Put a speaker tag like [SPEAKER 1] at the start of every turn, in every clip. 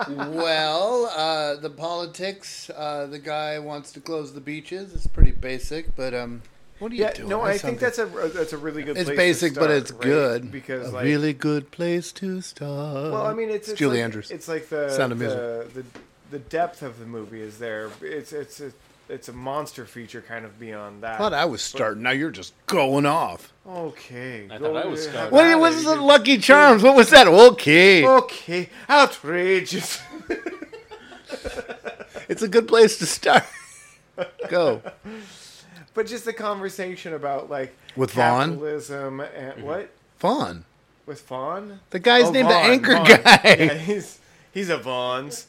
[SPEAKER 1] well, uh, the politics, uh, the guy wants to close the beaches. It's pretty basic, but um, what are you
[SPEAKER 2] Yeah,
[SPEAKER 1] doing?
[SPEAKER 2] no,
[SPEAKER 1] That
[SPEAKER 2] I
[SPEAKER 1] sounds
[SPEAKER 2] think that's a that's a really good.
[SPEAKER 1] It's
[SPEAKER 2] place to
[SPEAKER 1] basic, but
[SPEAKER 2] start,
[SPEAKER 1] it's
[SPEAKER 2] right?
[SPEAKER 1] good.
[SPEAKER 2] because
[SPEAKER 1] a
[SPEAKER 2] like,
[SPEAKER 1] really good place to start.
[SPEAKER 2] Well, I mean, it's,
[SPEAKER 1] Um, It's
[SPEAKER 2] it's
[SPEAKER 1] Julie
[SPEAKER 2] like-
[SPEAKER 1] Andrews.
[SPEAKER 2] It's like the
[SPEAKER 1] Sound of
[SPEAKER 2] the,
[SPEAKER 1] Music.
[SPEAKER 2] The, the depth of the movie is there. It's it's a, it's a monster feature kind of beyond that.
[SPEAKER 1] I thought I was starting. Now you're just going off.
[SPEAKER 2] okay.
[SPEAKER 3] I
[SPEAKER 2] go
[SPEAKER 3] thought I was
[SPEAKER 2] ahead.
[SPEAKER 3] starting.
[SPEAKER 1] What
[SPEAKER 2] Got
[SPEAKER 1] was
[SPEAKER 2] it.
[SPEAKER 1] the Lucky Charms? What was that? Okay,
[SPEAKER 2] Okay, outrageous.
[SPEAKER 1] it's a good place to start. go.
[SPEAKER 2] but just the conversation about like
[SPEAKER 1] With Vaughn?
[SPEAKER 2] capitalism and
[SPEAKER 3] Mm-hmm.
[SPEAKER 2] what
[SPEAKER 1] Fun.
[SPEAKER 2] with Vaughn.
[SPEAKER 1] The guy's
[SPEAKER 2] Oh,
[SPEAKER 1] named the
[SPEAKER 2] Vaughn,
[SPEAKER 1] anchor
[SPEAKER 2] Vaughn.
[SPEAKER 1] guy.
[SPEAKER 2] Yeah, he's he's a Vaughn's.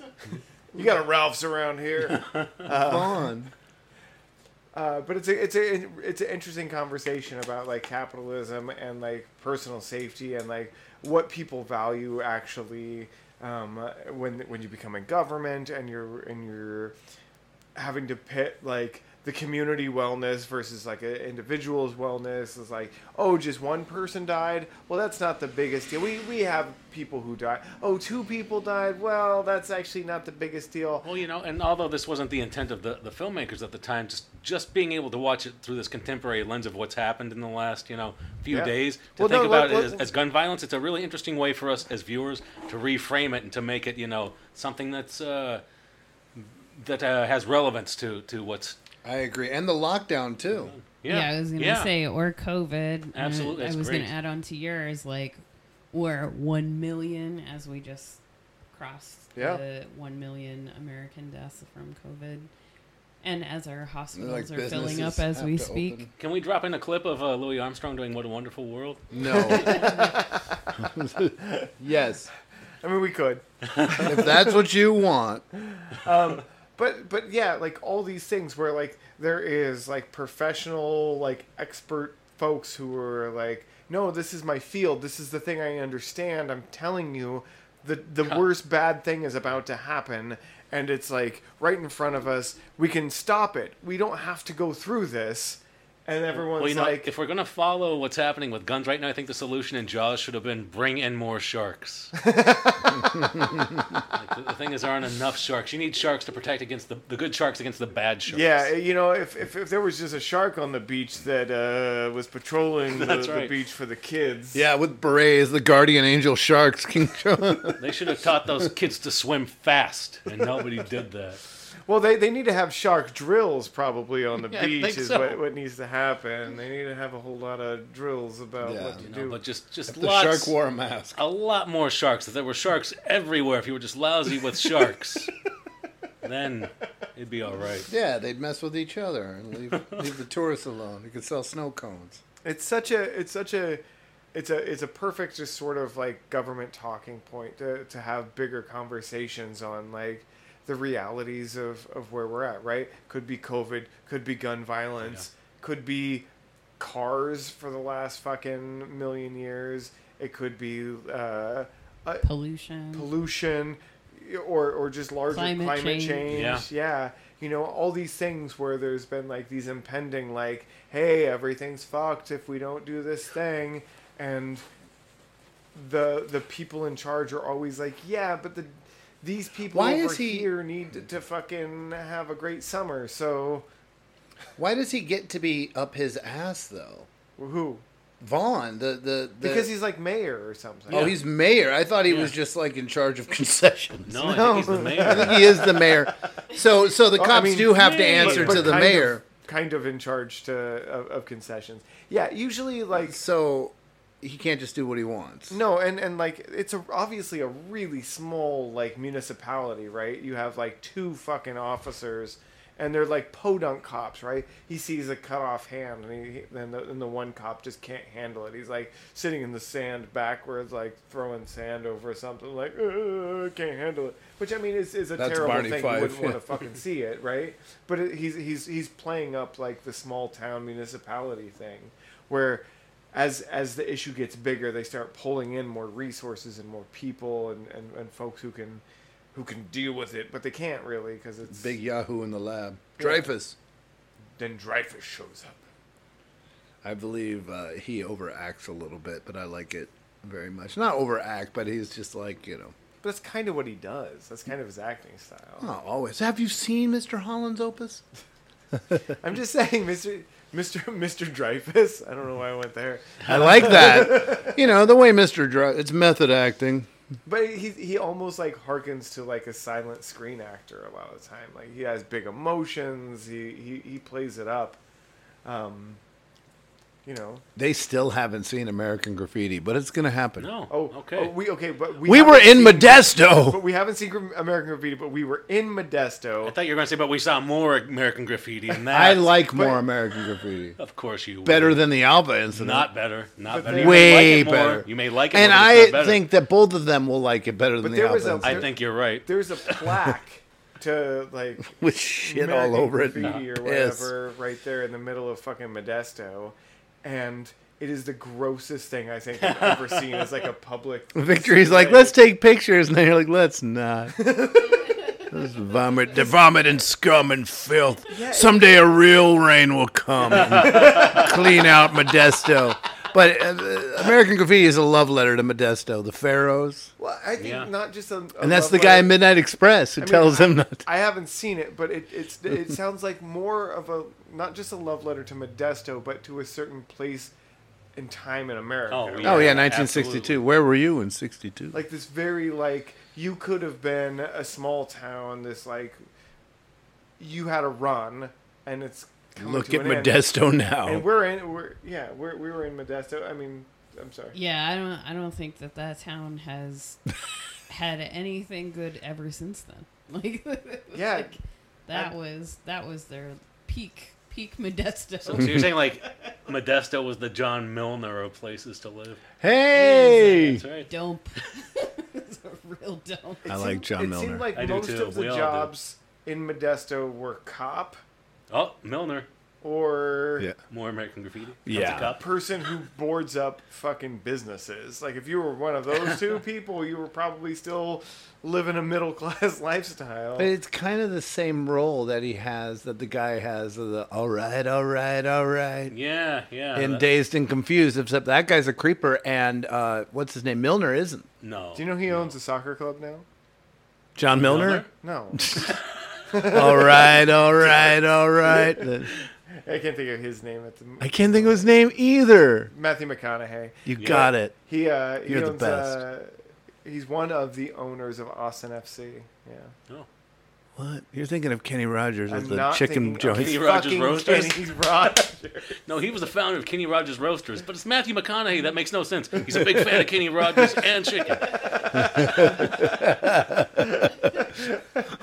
[SPEAKER 2] You got a Ralph's around here.
[SPEAKER 1] Vaughn.
[SPEAKER 2] Uh, but it's a it's a it's an interesting conversation about like capitalism and like personal safety and like what people value actually um, when when you become in government and you're and you're having to pit like the community wellness versus like an individual's wellness is like oh just one person died well that's not the biggest deal we we have people who die oh two people died well that's actually not the biggest deal
[SPEAKER 3] Well, you know, and although this wasn't the intent of the, the filmmakers at the time, just just being able to watch it through this contemporary lens of what's happened in the last, you know, few
[SPEAKER 2] Yeah.
[SPEAKER 3] days, to
[SPEAKER 2] Well,
[SPEAKER 3] think
[SPEAKER 2] no,
[SPEAKER 3] about
[SPEAKER 2] let-
[SPEAKER 3] it as,
[SPEAKER 2] let-
[SPEAKER 3] as gun violence, it's a really interesting way for us as viewers to reframe it and to make it, you know, something that's uh, that uh, has relevance to to what's
[SPEAKER 1] I agree. And the lockdown, too.
[SPEAKER 3] yeah,
[SPEAKER 4] I was gonna
[SPEAKER 3] yeah.
[SPEAKER 4] say or COVID. and
[SPEAKER 3] Absolutely,
[SPEAKER 4] I,
[SPEAKER 3] that's
[SPEAKER 4] was
[SPEAKER 3] great.
[SPEAKER 4] gonna add on to yours, like or one million as we just crossed
[SPEAKER 2] Yeah.
[SPEAKER 4] the one million American deaths from COVID. And as our hospitals
[SPEAKER 1] Like
[SPEAKER 4] are filling up
[SPEAKER 1] businesses
[SPEAKER 4] as
[SPEAKER 1] have
[SPEAKER 4] we
[SPEAKER 1] to
[SPEAKER 4] speak.
[SPEAKER 1] open.
[SPEAKER 3] Can we drop in a clip of uh, Louis Armstrong doing "What a Wonderful World"?
[SPEAKER 1] No. yes.
[SPEAKER 2] I mean we could
[SPEAKER 1] If that's what you want.
[SPEAKER 2] but but yeah like all these things where like there is like professional like expert folks who are like no this is my field this is the thing i understand i'm telling you the the worst bad thing is about to happen and it's like right in front of us we can stop it we don't have to go through this and everyone's
[SPEAKER 3] Well, you know,
[SPEAKER 2] like
[SPEAKER 3] if we're gonna follow what's happening with guns right now, I think the solution in Jaws should have been bring in more sharks. like, the, the thing is, there aren't enough sharks. You need sharks to protect against the, the good sharks against the bad sharks.
[SPEAKER 2] yeah, you know, if, if, if there was just a shark on the beach that uh, was patrolling the,
[SPEAKER 3] That's
[SPEAKER 2] the
[SPEAKER 3] right.
[SPEAKER 2] beach for the kids,
[SPEAKER 1] Yeah, with berets, the guardian angel sharks, King John.
[SPEAKER 3] they should have taught those kids to swim fast, and nobody did that.
[SPEAKER 2] Well, they, they need to have shark drills probably on the
[SPEAKER 3] Yeah, I
[SPEAKER 2] beach
[SPEAKER 3] think
[SPEAKER 2] is
[SPEAKER 3] so.
[SPEAKER 2] what, what needs to happen. They need to have a whole lot of drills about
[SPEAKER 1] Yeah.
[SPEAKER 2] what to
[SPEAKER 3] You know,
[SPEAKER 2] do.
[SPEAKER 3] but just just
[SPEAKER 1] the
[SPEAKER 3] lots,
[SPEAKER 1] shark wore a mask.
[SPEAKER 3] a lot more sharks. If there were sharks everywhere, if you were just lousy with sharks, then it'd be all right.
[SPEAKER 1] Yeah, they'd mess with each other and leave, leave the tourists alone. You could sell snow cones.
[SPEAKER 2] It's such a it's such a it's a it's a perfect just sort of like government talking point to, to have bigger conversations on like the realities of, of where we're at, right? Could be COVID, could be gun violence, could be cars for the last fucking million years. It could be uh, uh,
[SPEAKER 4] pollution,
[SPEAKER 2] pollution, or or just larger
[SPEAKER 4] Climate
[SPEAKER 2] climate,
[SPEAKER 4] change.
[SPEAKER 2] change.
[SPEAKER 4] Yeah.
[SPEAKER 2] yeah, you know all these things where there's been like these impending like, hey, everything's fucked if we don't do this thing, and the the people in charge are always like, yeah, but the these people
[SPEAKER 1] Why
[SPEAKER 2] over
[SPEAKER 1] is he-
[SPEAKER 2] here need to, to fucking have a great summer. So
[SPEAKER 1] Why does he get to be up his ass though?
[SPEAKER 2] Who?
[SPEAKER 1] Vaughn. The the, the
[SPEAKER 2] because he's like mayor or something.
[SPEAKER 1] Oh, he's mayor. I thought he was
[SPEAKER 2] Yeah.
[SPEAKER 1] just like in charge of concessions.
[SPEAKER 2] No, I think he's the mayor.
[SPEAKER 1] I think he is the mayor. So, so the
[SPEAKER 2] Well, I
[SPEAKER 1] cops
[SPEAKER 2] mean,
[SPEAKER 1] do have to
[SPEAKER 2] but-
[SPEAKER 1] answer
[SPEAKER 2] but
[SPEAKER 1] to the
[SPEAKER 2] kind
[SPEAKER 1] mayor.
[SPEAKER 2] Of, kind of in charge to of, of concessions. Yeah, usually like
[SPEAKER 1] so, he can't just do what he wants.
[SPEAKER 2] No, and and like it's a, obviously a really small like municipality, right? You have like two fucking officers, and they're like podunk cops, right? He sees a cut off hand, and he then the, and the one cop just can't handle it. He's like sitting in the sand backwards, like throwing sand over something, like "Uh, can't handle it. Which I mean is is a
[SPEAKER 1] That's
[SPEAKER 2] terrible
[SPEAKER 1] Barney
[SPEAKER 2] thing.
[SPEAKER 1] Fife,
[SPEAKER 2] You wouldn't want
[SPEAKER 1] yeah.
[SPEAKER 2] to fucking see it, right? But it, he's he's he's playing up like the small town municipality thing, where as as the issue gets bigger, they start pulling in more resources and more people and, and, and folks who can who can deal with it, but they can't really because it's
[SPEAKER 1] Big Yahoo in the lab. Dreyfus.
[SPEAKER 2] Then Dreyfus shows up.
[SPEAKER 1] I believe uh, he overacts a little bit, but I like it very much. Not overact, but he's just like you know.
[SPEAKER 2] But that's kind of what he does. That's kind of his acting style.
[SPEAKER 1] Oh, always. Have you seen Mr. Holland's opus?
[SPEAKER 2] I'm just saying, Mister Mister Mister Dreyfus. I don't know why I went there.
[SPEAKER 1] I like that. you know the way Mr. Dre. It's method acting.
[SPEAKER 2] But he he almost like harkens to like a silent screen actor a lot of the time. Like he has big emotions. He he, he plays it up. Um, you know.
[SPEAKER 1] They still haven't seen American Graffiti, but it's gonna happen.
[SPEAKER 2] Oh, okay. we okay, but we,
[SPEAKER 1] We were
[SPEAKER 2] haven't
[SPEAKER 1] in Modesto.
[SPEAKER 2] But we haven't seen Gr- American Graffiti, but we were in Modesto.
[SPEAKER 3] I thought you were going to say, but we saw more American Graffiti than that.
[SPEAKER 1] I like more American Graffiti.
[SPEAKER 3] Of course you
[SPEAKER 1] Better
[SPEAKER 3] would.
[SPEAKER 1] than the Alba incident.
[SPEAKER 3] Not better. Not
[SPEAKER 2] But
[SPEAKER 3] better.
[SPEAKER 2] they-
[SPEAKER 3] You may like
[SPEAKER 1] Way
[SPEAKER 3] it more.
[SPEAKER 1] better.
[SPEAKER 3] You may like it
[SPEAKER 1] And
[SPEAKER 3] more, but
[SPEAKER 1] I
[SPEAKER 3] it's not better.
[SPEAKER 1] think that both of them will like it better than
[SPEAKER 2] But
[SPEAKER 1] the
[SPEAKER 2] there
[SPEAKER 1] Alba
[SPEAKER 2] was a-
[SPEAKER 1] incident.
[SPEAKER 3] I think you're right.
[SPEAKER 2] There's a plaque to like
[SPEAKER 1] With shit
[SPEAKER 2] American
[SPEAKER 1] all over it and
[SPEAKER 2] graffiti or
[SPEAKER 1] piss.
[SPEAKER 2] whatever, right there in the middle of fucking Modesto, and it is the grossest thing I think I've ever seen as like a public.
[SPEAKER 1] Victory's like,
[SPEAKER 2] display.
[SPEAKER 1] let's take pictures, and they're like, let's not. Let's vomit, the vomit and scum and filth.
[SPEAKER 2] Yeah, it-
[SPEAKER 1] Someday a real rain will come, and clean out Modesto. But uh, American Graffiti is a love letter to Modesto, the Pharaohs,
[SPEAKER 2] Well, I think not just a, a
[SPEAKER 1] and that's
[SPEAKER 2] love
[SPEAKER 1] the guy
[SPEAKER 2] letter-
[SPEAKER 1] in Midnight Express who
[SPEAKER 2] I mean,
[SPEAKER 1] tells
[SPEAKER 2] I-
[SPEAKER 1] him not. Oh,
[SPEAKER 2] I haven't seen it, but it it's it sounds like more of a not just a love letter to Modesto, but to a certain place and time in America.
[SPEAKER 1] Oh
[SPEAKER 2] right?
[SPEAKER 1] yeah, 1962. Where were you in 62?
[SPEAKER 2] Like this very like you could have been a small town. This like you had a run, and it's coming
[SPEAKER 1] Look
[SPEAKER 2] to
[SPEAKER 1] at
[SPEAKER 2] an end.
[SPEAKER 1] Modesto now.
[SPEAKER 2] And we're in we're yeah we're we were in Modesto. I mean, I'm sorry.
[SPEAKER 4] Yeah, I don't. I don't think that that town has had anything good ever since then. Like, it was
[SPEAKER 2] Yeah.
[SPEAKER 4] like, that
[SPEAKER 2] I-
[SPEAKER 4] was that was their peak peak Modesto.
[SPEAKER 3] So, so you're saying like Modesto was the John Milner of places to live?
[SPEAKER 1] Hey!
[SPEAKER 3] that's right.
[SPEAKER 4] Dump. it's a real dump.
[SPEAKER 2] It seemed- It seemed like
[SPEAKER 3] I do
[SPEAKER 2] most
[SPEAKER 3] too.
[SPEAKER 2] of
[SPEAKER 3] We
[SPEAKER 2] the
[SPEAKER 3] all do.
[SPEAKER 2] jobs in Modesto were cop
[SPEAKER 3] Oh, Milner.
[SPEAKER 2] or
[SPEAKER 3] More American Graffiti.
[SPEAKER 2] That's a
[SPEAKER 3] Cup.
[SPEAKER 2] person who boards up fucking businesses. Like if you were one of those two people, you were probably still living a middle class lifestyle.
[SPEAKER 1] But it's kind of the same role that he has, that the guy has. Of the all right, all right, all right.
[SPEAKER 3] Yeah, yeah.
[SPEAKER 1] And
[SPEAKER 3] that-
[SPEAKER 1] dazed and confused, except that guy's a creeper, and uh, what's his name? Milner isn't.
[SPEAKER 3] No.
[SPEAKER 2] Do you know he owns a soccer club now?
[SPEAKER 1] John Milner.
[SPEAKER 2] No.
[SPEAKER 1] all right, all right, all right. The-
[SPEAKER 2] I can't think of his name at the.
[SPEAKER 1] I can't think of his name either.
[SPEAKER 2] Matthew McConaughey.
[SPEAKER 1] You got it.
[SPEAKER 2] He uh, he
[SPEAKER 1] You're the
[SPEAKER 2] owns,
[SPEAKER 1] best.
[SPEAKER 2] Uh, he's one of the owners of Austin FC. Yeah.
[SPEAKER 3] Oh.
[SPEAKER 1] What? You're thinking of Kenny Rogers as
[SPEAKER 2] I'm
[SPEAKER 1] the
[SPEAKER 2] not
[SPEAKER 1] chicken
[SPEAKER 2] thinking of
[SPEAKER 1] joint.
[SPEAKER 3] Kenny Rogers
[SPEAKER 2] Fucking
[SPEAKER 3] Roasters.
[SPEAKER 2] Kenny Rogers.
[SPEAKER 3] no, he was the founder of Kenny Rogers Roasters, but it's Matthew McConaughey. That makes no sense. He's a big fan of Kenny Rogers and chicken.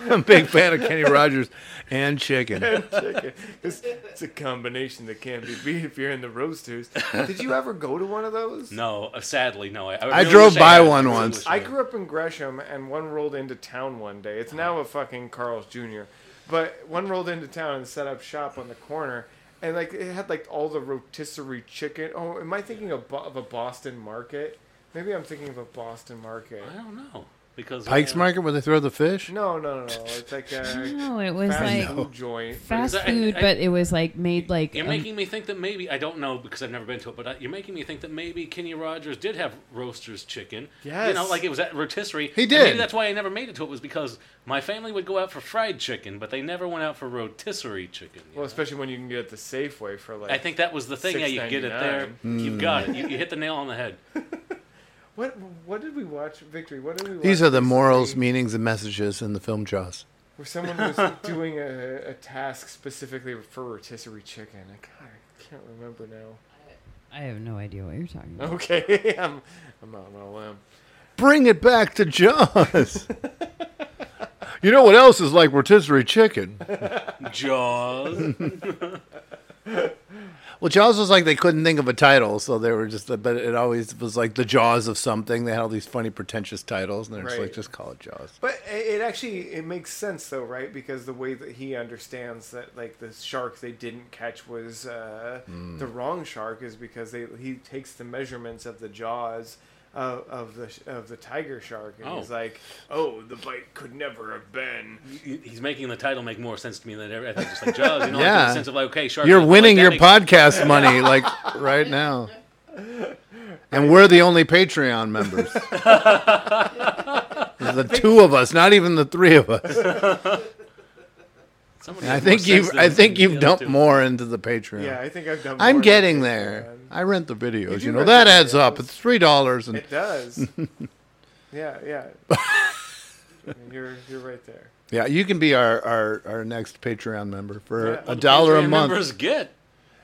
[SPEAKER 1] I'm a big fan of Kenny Rogers and chicken.
[SPEAKER 2] And chicken. It's, it's a combination that can't be beat if you're in the roasters. Did you ever go to one of those?
[SPEAKER 3] No, uh, sadly, no. I,
[SPEAKER 1] I drove by one once.
[SPEAKER 2] I grew up in Gresham, and one rolled into town one day. It's now a fucking Carl's Jr. But one rolled into town and set up shop on the corner, and like it had like all the rotisserie chicken. Oh, am I thinking of, Bo- of a Boston market? Maybe I'm thinking of a Boston market. I
[SPEAKER 3] don't know because
[SPEAKER 1] Pike's
[SPEAKER 3] uh,
[SPEAKER 1] Market where they throw the fish.
[SPEAKER 2] No, no, no, no. It's like a
[SPEAKER 4] No, it was
[SPEAKER 2] fast
[SPEAKER 4] like
[SPEAKER 2] food joint.
[SPEAKER 4] fast
[SPEAKER 3] I-
[SPEAKER 4] food,
[SPEAKER 3] I-
[SPEAKER 4] but it was like made like
[SPEAKER 3] You're
[SPEAKER 4] um,
[SPEAKER 3] making me think that maybe I don't know because I've never been to it, but I, you're making me think that maybe Kenny Rogers did have roasters chicken. you know,
[SPEAKER 2] Yes.
[SPEAKER 3] like it was at rotisserie.
[SPEAKER 1] He
[SPEAKER 3] And
[SPEAKER 1] did.
[SPEAKER 3] Maybe that's why I never made it to it was because my family would go out for fried chicken, but they never went out for rotisserie chicken.
[SPEAKER 2] Well, especially when you can get it at the Safeway for like.
[SPEAKER 3] I think that was the thing. Yeah, you can get it there.
[SPEAKER 2] $6.99.
[SPEAKER 1] Hmm.
[SPEAKER 3] You've got it. You, you hit the nail on the head.
[SPEAKER 2] What What did we watch, Victory? What did we? Watch
[SPEAKER 1] These are the
[SPEAKER 2] recently
[SPEAKER 1] morals, meanings, and messages in the film Jaws.
[SPEAKER 2] Where someone was doing a, a task specifically for rotisserie chicken. I, God, I can't remember now.
[SPEAKER 4] I have no idea what you're talking about.
[SPEAKER 2] Okay, I'm I'm out on a limb.
[SPEAKER 1] Bring it back to Jaws. you know what else is like rotisserie chicken?
[SPEAKER 3] Jaws.
[SPEAKER 1] Well, Jaws was like they couldn't think of a title, so they were just. But it always was like the Jaws of something. They had all these funny, pretentious titles, and they're just like,
[SPEAKER 2] Right.
[SPEAKER 1] just call it Jaws.
[SPEAKER 2] But i- it actually it makes sense though, right? Because the way that he understands that like the shark they didn't catch was uh,
[SPEAKER 1] Mm.
[SPEAKER 2] the wrong shark is because they he takes the measurements of the jaws of, of the sh- of the tiger shark and he's
[SPEAKER 3] Oh.
[SPEAKER 2] like, oh, the bite could never have been.
[SPEAKER 3] He's making the title make more sense to me than ever. I think just like Jaws. You know, like, in
[SPEAKER 1] yeah,
[SPEAKER 3] the sense of like okay, shark.
[SPEAKER 1] you're
[SPEAKER 3] like
[SPEAKER 1] winning your
[SPEAKER 3] that.
[SPEAKER 1] podcast money like right now, and we're the only Patreon members. the two of us, not even the three of us.
[SPEAKER 3] Somebody
[SPEAKER 1] And I
[SPEAKER 3] has
[SPEAKER 1] think
[SPEAKER 3] more sense
[SPEAKER 1] you've
[SPEAKER 3] than
[SPEAKER 1] I think
[SPEAKER 3] the
[SPEAKER 1] you've
[SPEAKER 3] other
[SPEAKER 1] dumped
[SPEAKER 3] two.
[SPEAKER 1] more into the Patreon.
[SPEAKER 2] Yeah, I think I've dumped
[SPEAKER 1] I'm
[SPEAKER 2] more into
[SPEAKER 1] getting
[SPEAKER 2] the
[SPEAKER 1] there. I rent the videos. You,
[SPEAKER 2] do
[SPEAKER 1] know
[SPEAKER 2] rent
[SPEAKER 1] that
[SPEAKER 2] the
[SPEAKER 1] adds up. It's three dollars.
[SPEAKER 2] It does. Yeah, yeah. you're you're right there.
[SPEAKER 1] yeah, you can be our our, our next Patreon member for
[SPEAKER 2] Yeah.
[SPEAKER 1] a dollar a
[SPEAKER 3] Patreon
[SPEAKER 1] month.
[SPEAKER 3] Members get.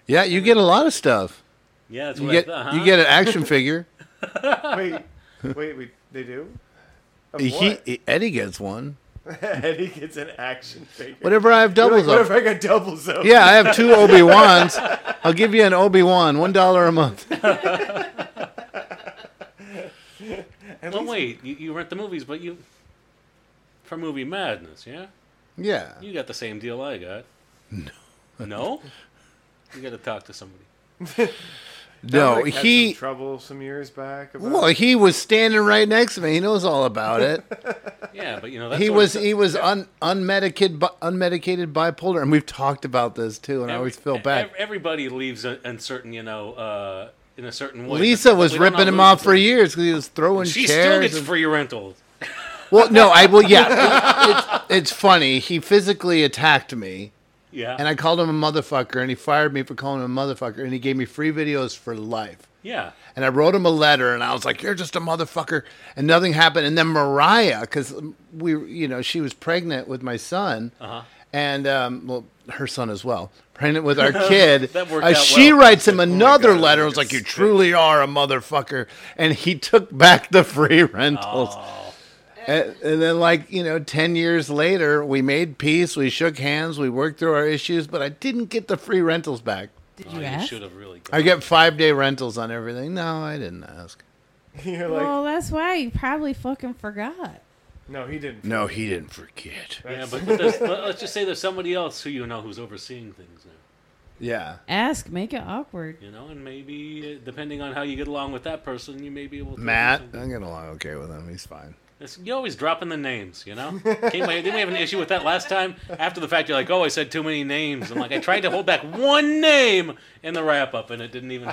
[SPEAKER 1] Yeah, you get a lot of stuff.
[SPEAKER 3] Yeah, that's
[SPEAKER 1] you
[SPEAKER 3] what I
[SPEAKER 1] get
[SPEAKER 3] thought,
[SPEAKER 1] you
[SPEAKER 3] huh?
[SPEAKER 1] get an action figure.
[SPEAKER 2] wait, wait, wait, they do? Of
[SPEAKER 1] he,
[SPEAKER 2] what?
[SPEAKER 1] Eddie gets one.
[SPEAKER 2] Eddie gets an action figure.
[SPEAKER 1] Whatever I have
[SPEAKER 2] You're
[SPEAKER 1] doubles
[SPEAKER 2] like,
[SPEAKER 1] of.
[SPEAKER 2] What if I got doubles of?
[SPEAKER 1] Yeah, I have two Obi Wans. I'll give you an Obi Wan, one dollar a month.
[SPEAKER 3] Well, wait, you, you rent the movies, but you for movie madness, yeah?
[SPEAKER 1] Yeah.
[SPEAKER 3] You got the same deal I got. No. No? you got to talk to somebody.
[SPEAKER 1] No,
[SPEAKER 2] Dominic had
[SPEAKER 1] he-
[SPEAKER 2] some trouble some years back. About
[SPEAKER 1] Well, he was standing right next to me. He knows all about it.
[SPEAKER 3] Yeah, but you know that's
[SPEAKER 1] he
[SPEAKER 3] sort of
[SPEAKER 1] was
[SPEAKER 3] stuff-
[SPEAKER 1] he was un, unmedicated bi- unmedicated bipolar, and we've talked about this too. And I always feel bad.
[SPEAKER 3] ev- e, everybody leaves a- in certain, you know, uh, in a certain way.
[SPEAKER 1] Lisa
[SPEAKER 3] but
[SPEAKER 1] was
[SPEAKER 3] we don't
[SPEAKER 1] ripping
[SPEAKER 3] all
[SPEAKER 1] him
[SPEAKER 3] lose
[SPEAKER 1] off
[SPEAKER 3] the
[SPEAKER 1] for
[SPEAKER 3] same-
[SPEAKER 1] years because he was throwing
[SPEAKER 3] She
[SPEAKER 1] chairs.
[SPEAKER 3] still gets
[SPEAKER 1] and-
[SPEAKER 3] free rentals.
[SPEAKER 1] Well, no, I well, yeah, it- it's, it's funny. He physically attacked me.
[SPEAKER 3] Yeah.
[SPEAKER 1] And I called him a motherfucker, and he fired me for calling him a motherfucker, and he gave me free videos for life.
[SPEAKER 3] Yeah.
[SPEAKER 1] And I wrote him a letter, and I was like, "You're just a motherfucker," and nothing happened. And then Mariah, because we, you know, she was pregnant with my son,
[SPEAKER 3] Uh-huh.
[SPEAKER 1] and um, well, her son as well, pregnant with our kid.
[SPEAKER 3] That worked
[SPEAKER 1] uh,
[SPEAKER 3] out
[SPEAKER 1] she
[SPEAKER 3] well.
[SPEAKER 1] writes him another letter. It was like, "You truly are a motherfucker," and he took back the free rentals.
[SPEAKER 3] Oh.
[SPEAKER 1] And, and then, like you know, ten years later, we made peace. We shook hands. We worked through our issues, but I didn't get the free rentals back.
[SPEAKER 4] Did
[SPEAKER 3] Oh, you ask? should have really.
[SPEAKER 1] I get five day rentals on everything. No, I didn't ask.
[SPEAKER 2] You're like,
[SPEAKER 4] well, that's why you probably fucking forgot.
[SPEAKER 2] no, he didn't.
[SPEAKER 1] No, he didn't forget.
[SPEAKER 3] Yeah, but, but there's, let- let's just say there's somebody else who you know who's overseeing things now.
[SPEAKER 1] Yeah.
[SPEAKER 4] Ask, make it awkward.
[SPEAKER 3] You know, and maybe uh, depending on how you get along with that person, you may be able to.
[SPEAKER 1] Matt, I'm getting along okay with him. He's fine.
[SPEAKER 3] It's, you're always dropping the names, you know? Came, by- didn't we have an issue with that last time? After the fact, you're like, oh, I said too many names. I'm like, I tried to hold back one name in the wrap up, and it didn't even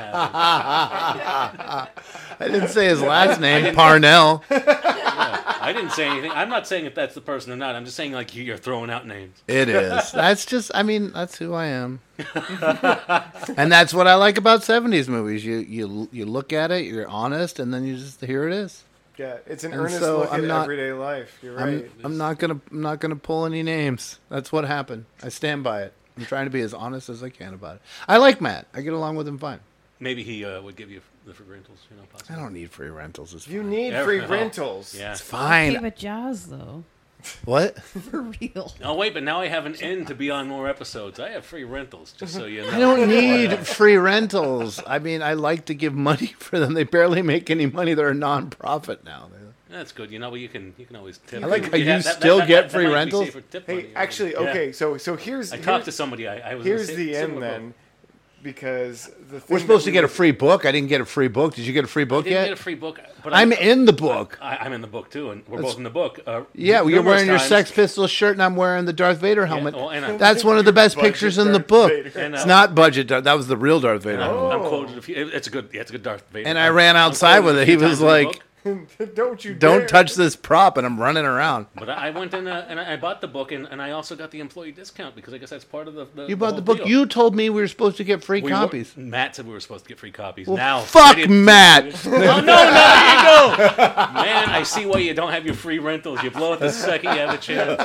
[SPEAKER 3] happen.
[SPEAKER 1] I didn't say his
[SPEAKER 3] I
[SPEAKER 1] last name,
[SPEAKER 3] didn't-
[SPEAKER 1] Parnell.
[SPEAKER 3] Yeah, I didn't say anything. I'm not saying if that's the person or not. I'm just saying, like, you- you're throwing out names.
[SPEAKER 1] It is. That's just. I mean, that's who I am. and that's what I like about '70s movies. You you you look at it, you're honest, and then you just here it is.
[SPEAKER 2] Yeah, it's an
[SPEAKER 1] And
[SPEAKER 2] earnest
[SPEAKER 1] so
[SPEAKER 2] look
[SPEAKER 1] I'm
[SPEAKER 2] at
[SPEAKER 1] not-
[SPEAKER 2] everyday life. You're
[SPEAKER 1] I'm,
[SPEAKER 2] right.
[SPEAKER 1] I'm not gonna I'm not gonna pull any names. That's what happened. I stand by it. I'm trying to be as honest as I can about it. I like Matt. I get along with him fine.
[SPEAKER 3] Maybe he uh, would give you the free rentals, you know, possibly.
[SPEAKER 1] I don't need free rentals. It's
[SPEAKER 2] You need
[SPEAKER 3] Yeah,
[SPEAKER 2] free
[SPEAKER 3] no.
[SPEAKER 2] rentals.
[SPEAKER 3] Yeah.
[SPEAKER 1] Fine.
[SPEAKER 4] Okay, but Jaws though.
[SPEAKER 1] What?
[SPEAKER 4] For real.
[SPEAKER 3] Oh wait, but now I have an end to be on more episodes. I have free rentals, just so you know.
[SPEAKER 1] I don't need free rentals. I mean, I like to give money for them. They barely make any money. They're a non-profit now.
[SPEAKER 3] That's good. You know, you can you can always tip.
[SPEAKER 1] I like how
[SPEAKER 3] You
[SPEAKER 1] you
[SPEAKER 3] have- that-
[SPEAKER 1] still
[SPEAKER 3] that-
[SPEAKER 1] get
[SPEAKER 3] that- that
[SPEAKER 1] free
[SPEAKER 3] might be
[SPEAKER 1] rentals.
[SPEAKER 3] safer tip
[SPEAKER 2] Hey,
[SPEAKER 3] money.
[SPEAKER 2] actually, okay, so so here's
[SPEAKER 3] I
[SPEAKER 2] here-
[SPEAKER 3] talking to somebody. I, I was in a
[SPEAKER 2] here's
[SPEAKER 3] si-
[SPEAKER 2] the end
[SPEAKER 3] similar boat.
[SPEAKER 2] then, because the thing
[SPEAKER 1] We're
[SPEAKER 2] that
[SPEAKER 1] supposed to
[SPEAKER 2] we
[SPEAKER 1] get
[SPEAKER 2] were-
[SPEAKER 1] a free book. I didn't get a free book. Did you get a free book
[SPEAKER 3] I didn't
[SPEAKER 1] yet?
[SPEAKER 3] get a free book, but
[SPEAKER 1] I'm
[SPEAKER 3] I-
[SPEAKER 1] in the book.
[SPEAKER 3] I, I'm in the book too, and we're
[SPEAKER 1] That's-
[SPEAKER 3] both in the book. Uh,
[SPEAKER 1] yeah, well, you're
[SPEAKER 3] numerous
[SPEAKER 1] wearing your
[SPEAKER 3] times.
[SPEAKER 1] Sex Pistols shirt, and I'm wearing the Darth Vader helmet.
[SPEAKER 3] well, and I-
[SPEAKER 1] That's one of the best
[SPEAKER 3] Budget
[SPEAKER 1] pictures in the
[SPEAKER 3] Darth
[SPEAKER 1] book.
[SPEAKER 3] Vader. And,
[SPEAKER 1] it's
[SPEAKER 3] uh,
[SPEAKER 1] not budget. Darth- That was the real Darth Vader.
[SPEAKER 3] And I'm,
[SPEAKER 1] helmet.
[SPEAKER 3] I'm quoted a few. it- It's a good. Yeah, it's a good Darth Vader.
[SPEAKER 1] And I
[SPEAKER 3] I'm-
[SPEAKER 1] ran
[SPEAKER 3] I'm
[SPEAKER 1] outside
[SPEAKER 3] quoted
[SPEAKER 1] with
[SPEAKER 3] a
[SPEAKER 1] it.
[SPEAKER 3] few
[SPEAKER 1] He
[SPEAKER 3] times
[SPEAKER 1] was
[SPEAKER 3] in the
[SPEAKER 1] like,
[SPEAKER 3] book.
[SPEAKER 2] "Don't you
[SPEAKER 1] don't
[SPEAKER 2] dare."
[SPEAKER 1] touch this prop," and I'm running around.
[SPEAKER 3] But I I went in uh, and I I bought the book, and, and I also got the employee discount because I guess that's part of the. the
[SPEAKER 1] You bought
[SPEAKER 3] whole
[SPEAKER 1] the book.
[SPEAKER 3] deal.
[SPEAKER 1] You told me we were supposed to get free
[SPEAKER 3] We were-
[SPEAKER 1] copies.
[SPEAKER 3] Matt said we were supposed to get free copies.
[SPEAKER 1] Well,
[SPEAKER 3] now,
[SPEAKER 1] fuck
[SPEAKER 3] I didn't-
[SPEAKER 1] Matt.
[SPEAKER 3] oh no, no, there you go. Man, I see why you don't have your free rentals. You blow it the second you have a chance.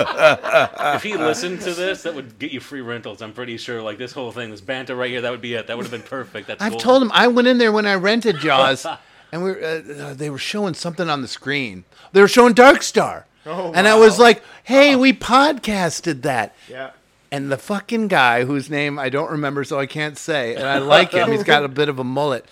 [SPEAKER 3] if he listened to this, that would get you free rentals. I'm pretty sure. Like this whole thing, this banter right here, that would be it. That would have been perfect. That's
[SPEAKER 1] I've
[SPEAKER 3] golden.
[SPEAKER 1] told him I went in there when I rented Jaws, and we were, uh, they were showing something on the screen. They were showing Dark Star,
[SPEAKER 2] Oh,
[SPEAKER 1] and I was like, "Hey, we podcasted that."
[SPEAKER 2] Yeah.
[SPEAKER 1] And the fucking guy whose name I don't remember, so I can't say, and I like him. He's got a bit of a mullet.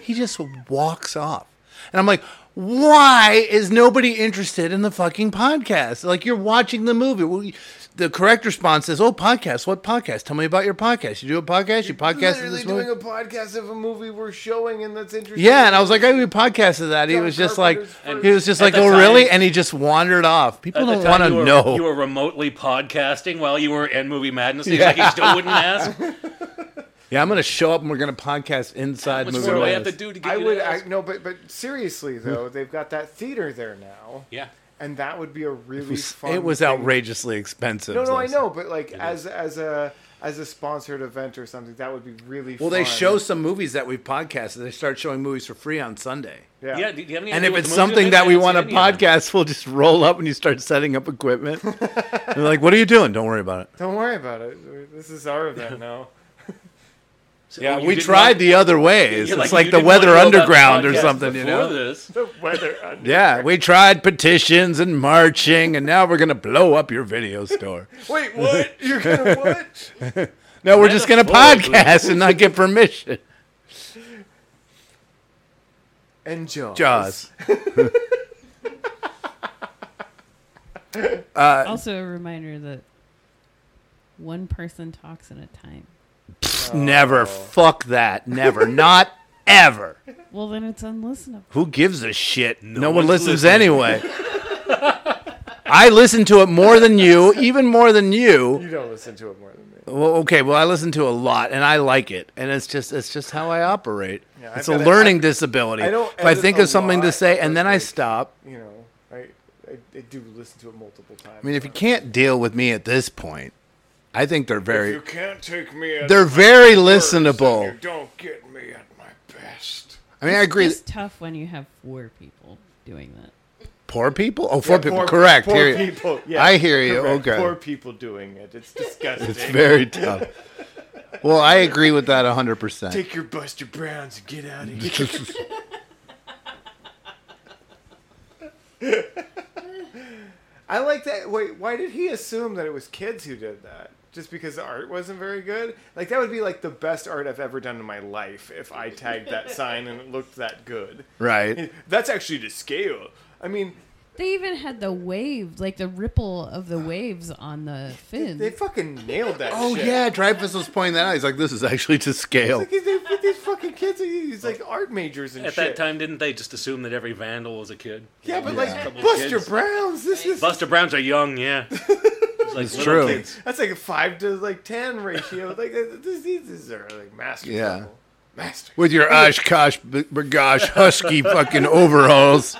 [SPEAKER 1] He just walks off, and I'm like. Why is nobody interested in the fucking podcast? Like you're watching the movie. Well, you- the correct response is, "Oh, podcast. What podcast? Tell me about your podcast. You do a podcast. You podcast
[SPEAKER 2] literally
[SPEAKER 1] this movie."
[SPEAKER 2] doing a podcast of a movie we're showing, and that's interesting.
[SPEAKER 1] Yeah, and I was like, I we podcasted that. He was just like, he was just
[SPEAKER 3] At
[SPEAKER 1] like,
[SPEAKER 3] the
[SPEAKER 1] oh
[SPEAKER 3] time-
[SPEAKER 1] really? And he just wandered off. People
[SPEAKER 3] At
[SPEAKER 1] don't
[SPEAKER 3] the time,
[SPEAKER 1] want to
[SPEAKER 3] you were-
[SPEAKER 1] know.
[SPEAKER 3] You were remotely podcasting while you were in Movie Madness. He's
[SPEAKER 1] Yeah.
[SPEAKER 3] like, you still wouldn't ask.
[SPEAKER 1] yeah, I'm gonna show up and we're gonna podcast inside
[SPEAKER 3] What's
[SPEAKER 1] movie.
[SPEAKER 3] what do I
[SPEAKER 1] Madness.
[SPEAKER 3] have to do to get
[SPEAKER 2] I
[SPEAKER 3] you
[SPEAKER 2] would
[SPEAKER 3] to
[SPEAKER 2] I,
[SPEAKER 3] ask?
[SPEAKER 2] no, but but seriously
[SPEAKER 1] Hmm.
[SPEAKER 2] though, they've got that theater there now.
[SPEAKER 3] Yeah.
[SPEAKER 2] and that would be a really
[SPEAKER 1] It was,
[SPEAKER 2] fun.
[SPEAKER 1] it was
[SPEAKER 2] thing.
[SPEAKER 1] outrageously expensive.
[SPEAKER 2] No, no, I
[SPEAKER 1] Leslie.
[SPEAKER 2] know, but like as as a as a sponsored event or something, that would be really.
[SPEAKER 1] Well,
[SPEAKER 2] fun.
[SPEAKER 1] they show some movies that we podcasted. They start showing movies for free on Sunday.
[SPEAKER 2] Yeah.
[SPEAKER 3] Yeah, do you have any
[SPEAKER 1] And
[SPEAKER 3] idea
[SPEAKER 1] if
[SPEAKER 3] what
[SPEAKER 1] it's
[SPEAKER 3] the movies are?
[SPEAKER 1] something
[SPEAKER 3] Maybe
[SPEAKER 1] that
[SPEAKER 3] I
[SPEAKER 1] we
[SPEAKER 3] haven't
[SPEAKER 1] want to
[SPEAKER 3] seen any of them.
[SPEAKER 1] podcast, we'll just roll up and you start setting up equipment. And they're like, "What are you doing? Don't worry about it."
[SPEAKER 2] Don't worry about it. This is our event now.
[SPEAKER 3] So,
[SPEAKER 1] Yeah,
[SPEAKER 3] oh, you
[SPEAKER 1] we
[SPEAKER 3] didn't
[SPEAKER 1] tried
[SPEAKER 3] want-
[SPEAKER 1] the other ways.
[SPEAKER 3] You're
[SPEAKER 1] It's like
[SPEAKER 3] you
[SPEAKER 1] the
[SPEAKER 3] didn't want
[SPEAKER 1] Weather
[SPEAKER 3] to know about the
[SPEAKER 1] Underground or
[SPEAKER 3] podcast
[SPEAKER 1] something, you
[SPEAKER 3] before
[SPEAKER 1] know?
[SPEAKER 3] this.
[SPEAKER 2] the weather. Under-
[SPEAKER 1] Yeah, we tried petitions and marching, and now we're gonna blow up your video store.
[SPEAKER 2] Wait, what? You're gonna what?
[SPEAKER 1] No, we're just gonna
[SPEAKER 3] Metaphorically.
[SPEAKER 1] podcast and not get permission.
[SPEAKER 2] And Jaws.
[SPEAKER 1] Jaws.
[SPEAKER 4] also a reminder that one person talks at a time.
[SPEAKER 2] Oh.
[SPEAKER 1] Never. Fuck that. Never. Not ever.
[SPEAKER 4] Well, then it's unlistenable.
[SPEAKER 1] Who gives a shit? No, one
[SPEAKER 3] one's
[SPEAKER 1] listens
[SPEAKER 3] listening.
[SPEAKER 1] anyway. I listen to it more than you, even more than you.
[SPEAKER 2] You don't listen to it more than me.
[SPEAKER 1] Well, okay, well, I listen to a lot, and I like it, and it's just it's just how I operate.
[SPEAKER 2] Yeah,
[SPEAKER 1] it's a
[SPEAKER 2] I've got a-
[SPEAKER 1] learning
[SPEAKER 2] I-
[SPEAKER 1] disability.
[SPEAKER 2] I don't
[SPEAKER 1] if I
[SPEAKER 2] edit
[SPEAKER 1] think
[SPEAKER 2] a
[SPEAKER 1] of something to
[SPEAKER 2] lot,
[SPEAKER 1] say, and
[SPEAKER 2] but,
[SPEAKER 1] then I
[SPEAKER 2] like,
[SPEAKER 1] stop.
[SPEAKER 2] You know, I, I I do listen to it multiple times.
[SPEAKER 1] I mean, if you can't deal with me at this point, I think they're very
[SPEAKER 2] can't take me. At
[SPEAKER 1] they're very listenable.
[SPEAKER 2] don't get me at my best.
[SPEAKER 1] I mean, I agree.
[SPEAKER 4] It's tough when you have four people doing that.
[SPEAKER 1] Poor people? Oh, poor
[SPEAKER 2] Yeah,
[SPEAKER 1] people.
[SPEAKER 2] poor-
[SPEAKER 1] correct.
[SPEAKER 2] Poor
[SPEAKER 1] Here-
[SPEAKER 2] people. Yeah,
[SPEAKER 1] I hear you.
[SPEAKER 2] correct.
[SPEAKER 1] Okay.
[SPEAKER 2] Poor people doing it. It's disgusting.
[SPEAKER 1] It's very tough. Well, I agree with that 100%.
[SPEAKER 2] Take your Buster Browns and get out of here. I like that. Wait, why did he assume that it was kids who did that? Just because the art wasn't very good? Like that would be like the best art I've ever done in my life if I tagged that sign and it looked that good.
[SPEAKER 1] right.
[SPEAKER 2] That's actually to scale. I mean,
[SPEAKER 4] They even had the wave, like the ripple of the waves on the fin.
[SPEAKER 2] they fucking nailed that.
[SPEAKER 1] Oh,
[SPEAKER 2] shit.
[SPEAKER 1] yeah. Dreyfus was pointing that out. He's like, this is actually to scale.
[SPEAKER 2] Like, they put these fucking kids. He's like art majors and
[SPEAKER 3] At
[SPEAKER 2] shit.
[SPEAKER 3] that time, didn't they just assume that every vandal was a kid?
[SPEAKER 2] yeah, but
[SPEAKER 3] Couple
[SPEAKER 2] like
[SPEAKER 3] of
[SPEAKER 2] Buster
[SPEAKER 3] kids.
[SPEAKER 2] Browns. This is
[SPEAKER 3] Buster Browns are young, yeah. It's like little
[SPEAKER 1] true.
[SPEAKER 3] kids.
[SPEAKER 2] That's like a five to like ten ratio. Like uh, this- these these are like master.
[SPEAKER 1] Yeah.
[SPEAKER 2] level. Master.
[SPEAKER 1] With your Oshkosh, b- Bagosh, Husky fucking overalls.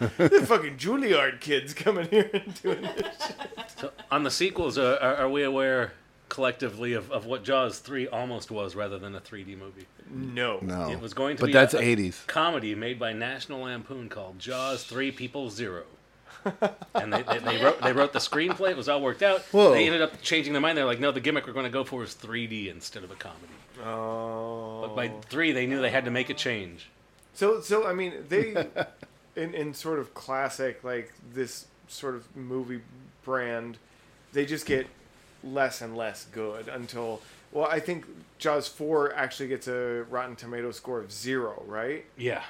[SPEAKER 2] the fucking Juilliard kids coming here and doing this.
[SPEAKER 3] So on the sequels, uh, are, are we aware collectively of, of what Jaws 3 almost was rather than a 3D movie?
[SPEAKER 2] No.
[SPEAKER 1] No.
[SPEAKER 3] It was going to
[SPEAKER 1] But
[SPEAKER 3] be
[SPEAKER 1] that's
[SPEAKER 3] a, a
[SPEAKER 1] 80s.
[SPEAKER 3] comedy made by National Lampoon called Jaws 3 People Zero. and they, they, they, wrote, they wrote the screenplay. It was all worked out.
[SPEAKER 1] Whoa.
[SPEAKER 3] They ended up changing their mind. They're like, no, the gimmick we're going to go for is 3D instead of a comedy.
[SPEAKER 2] Oh.
[SPEAKER 3] But by three, they knew they had to make a change.
[SPEAKER 2] So so I mean they, in in sort of classic like this sort of movie brand, they just get less and less good until well, I think Jaws four actually gets a Rotten Tomato score of zero, right?
[SPEAKER 3] Yeah,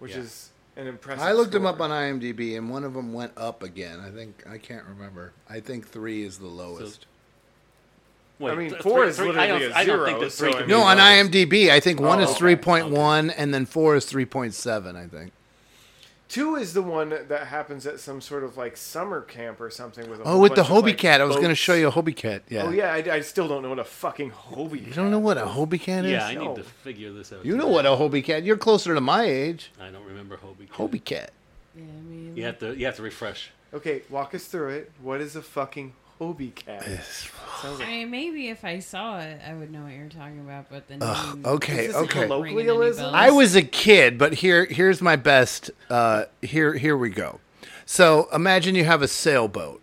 [SPEAKER 2] which
[SPEAKER 3] Yeah.
[SPEAKER 2] is an impressive.
[SPEAKER 1] I looked them
[SPEAKER 2] score.
[SPEAKER 1] up on IMDb, and one of them went up again. I think I can't remember. I think three is the lowest.
[SPEAKER 3] Wait,
[SPEAKER 2] I mean,
[SPEAKER 3] th-
[SPEAKER 2] four
[SPEAKER 3] three-
[SPEAKER 2] is
[SPEAKER 3] three- I
[SPEAKER 2] literally
[SPEAKER 3] don't-
[SPEAKER 2] a
[SPEAKER 3] I don't
[SPEAKER 2] zero,
[SPEAKER 3] think that three
[SPEAKER 2] so
[SPEAKER 3] can
[SPEAKER 2] I uh,
[SPEAKER 3] be
[SPEAKER 1] no, on
[SPEAKER 3] low.
[SPEAKER 1] IMDb, I think one
[SPEAKER 3] Oh,
[SPEAKER 1] is
[SPEAKER 3] okay.
[SPEAKER 1] three point one, and then four is three point seven. I think.
[SPEAKER 2] Two is the one that happens at some sort of like summer camp or something with. A
[SPEAKER 1] Oh,
[SPEAKER 2] whole
[SPEAKER 1] with the
[SPEAKER 2] bunch of,
[SPEAKER 1] Hobie
[SPEAKER 2] like,
[SPEAKER 1] Cat. I was going to
[SPEAKER 2] boats.
[SPEAKER 1] show you a Hobie Cat. Yeah.
[SPEAKER 2] Oh yeah, I, I still don't know what a fucking Hobie.
[SPEAKER 1] You don't know what a Hobie Cat is?
[SPEAKER 3] Yeah, I need to figure this out.
[SPEAKER 1] You know what a Hobie Cat? You're closer to my age.
[SPEAKER 3] I don't remember Hobie.
[SPEAKER 1] Hobie Cat.
[SPEAKER 3] You have to you have to refresh.
[SPEAKER 2] Okay, walk us through it. What is a fucking Hobie Cat? Sounds
[SPEAKER 4] I
[SPEAKER 2] like
[SPEAKER 4] mean, maybe if I saw it, I would know what you're talking about. But then,
[SPEAKER 1] Ugh, oh, okay, okay.
[SPEAKER 2] colloquialism?
[SPEAKER 1] I was a kid, but here here's my best. Uh, here here we go. So imagine you have a sailboat,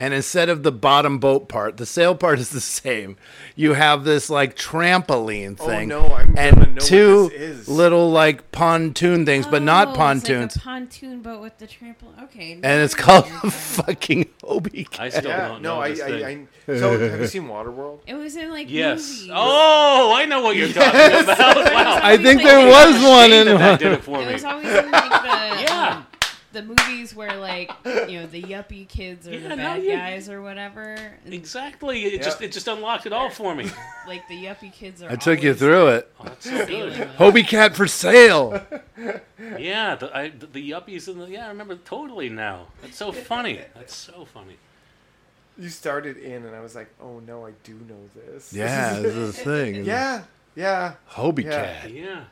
[SPEAKER 1] and instead of the bottom boat part, the sail part is the same. You have this like trampoline
[SPEAKER 2] Oh,
[SPEAKER 1] thing,
[SPEAKER 2] no, I'm gonna know
[SPEAKER 1] and
[SPEAKER 2] what
[SPEAKER 1] two
[SPEAKER 2] this is.
[SPEAKER 1] little like pontoon things, but
[SPEAKER 4] Oh,
[SPEAKER 1] not
[SPEAKER 4] It's
[SPEAKER 1] pontoons.
[SPEAKER 4] like a pontoon boat with the trampoline. Okay.
[SPEAKER 1] and it's called fucking Hobie Cat.
[SPEAKER 3] I still
[SPEAKER 2] yeah,
[SPEAKER 3] don't
[SPEAKER 2] no,
[SPEAKER 3] know
[SPEAKER 2] I,
[SPEAKER 3] this
[SPEAKER 2] I,
[SPEAKER 3] thing.
[SPEAKER 2] I. So, have you seen Waterworld?
[SPEAKER 4] It was in like
[SPEAKER 3] Yes.
[SPEAKER 4] movies.
[SPEAKER 3] Oh, I know what you're talking about. Wow.
[SPEAKER 1] I think there was one
[SPEAKER 3] Shame
[SPEAKER 1] in
[SPEAKER 3] that that
[SPEAKER 1] one.
[SPEAKER 3] did it for
[SPEAKER 4] It
[SPEAKER 3] me.
[SPEAKER 4] was always in like the um, the movies where like you know the yuppie kids or
[SPEAKER 3] Yeah,
[SPEAKER 4] the
[SPEAKER 3] no,
[SPEAKER 4] bad
[SPEAKER 3] you-
[SPEAKER 4] guys or whatever. And,
[SPEAKER 3] Exactly. It just it just unlocked it all for me. Oh,
[SPEAKER 4] Like the yuppie kids are.
[SPEAKER 1] I took you
[SPEAKER 4] always
[SPEAKER 1] through it.
[SPEAKER 3] good.
[SPEAKER 1] Hobie Cat for sale.
[SPEAKER 3] Yeah, the, I, the, the yuppies and the yeah, I remember totally now. That's so funny. That's so funny.
[SPEAKER 2] You started in, and I was like, oh no, I do know this.
[SPEAKER 1] Yeah, this is a thing.
[SPEAKER 2] yeah, yeah.
[SPEAKER 1] Hobie
[SPEAKER 2] yeah.
[SPEAKER 1] Cat.
[SPEAKER 3] Yeah.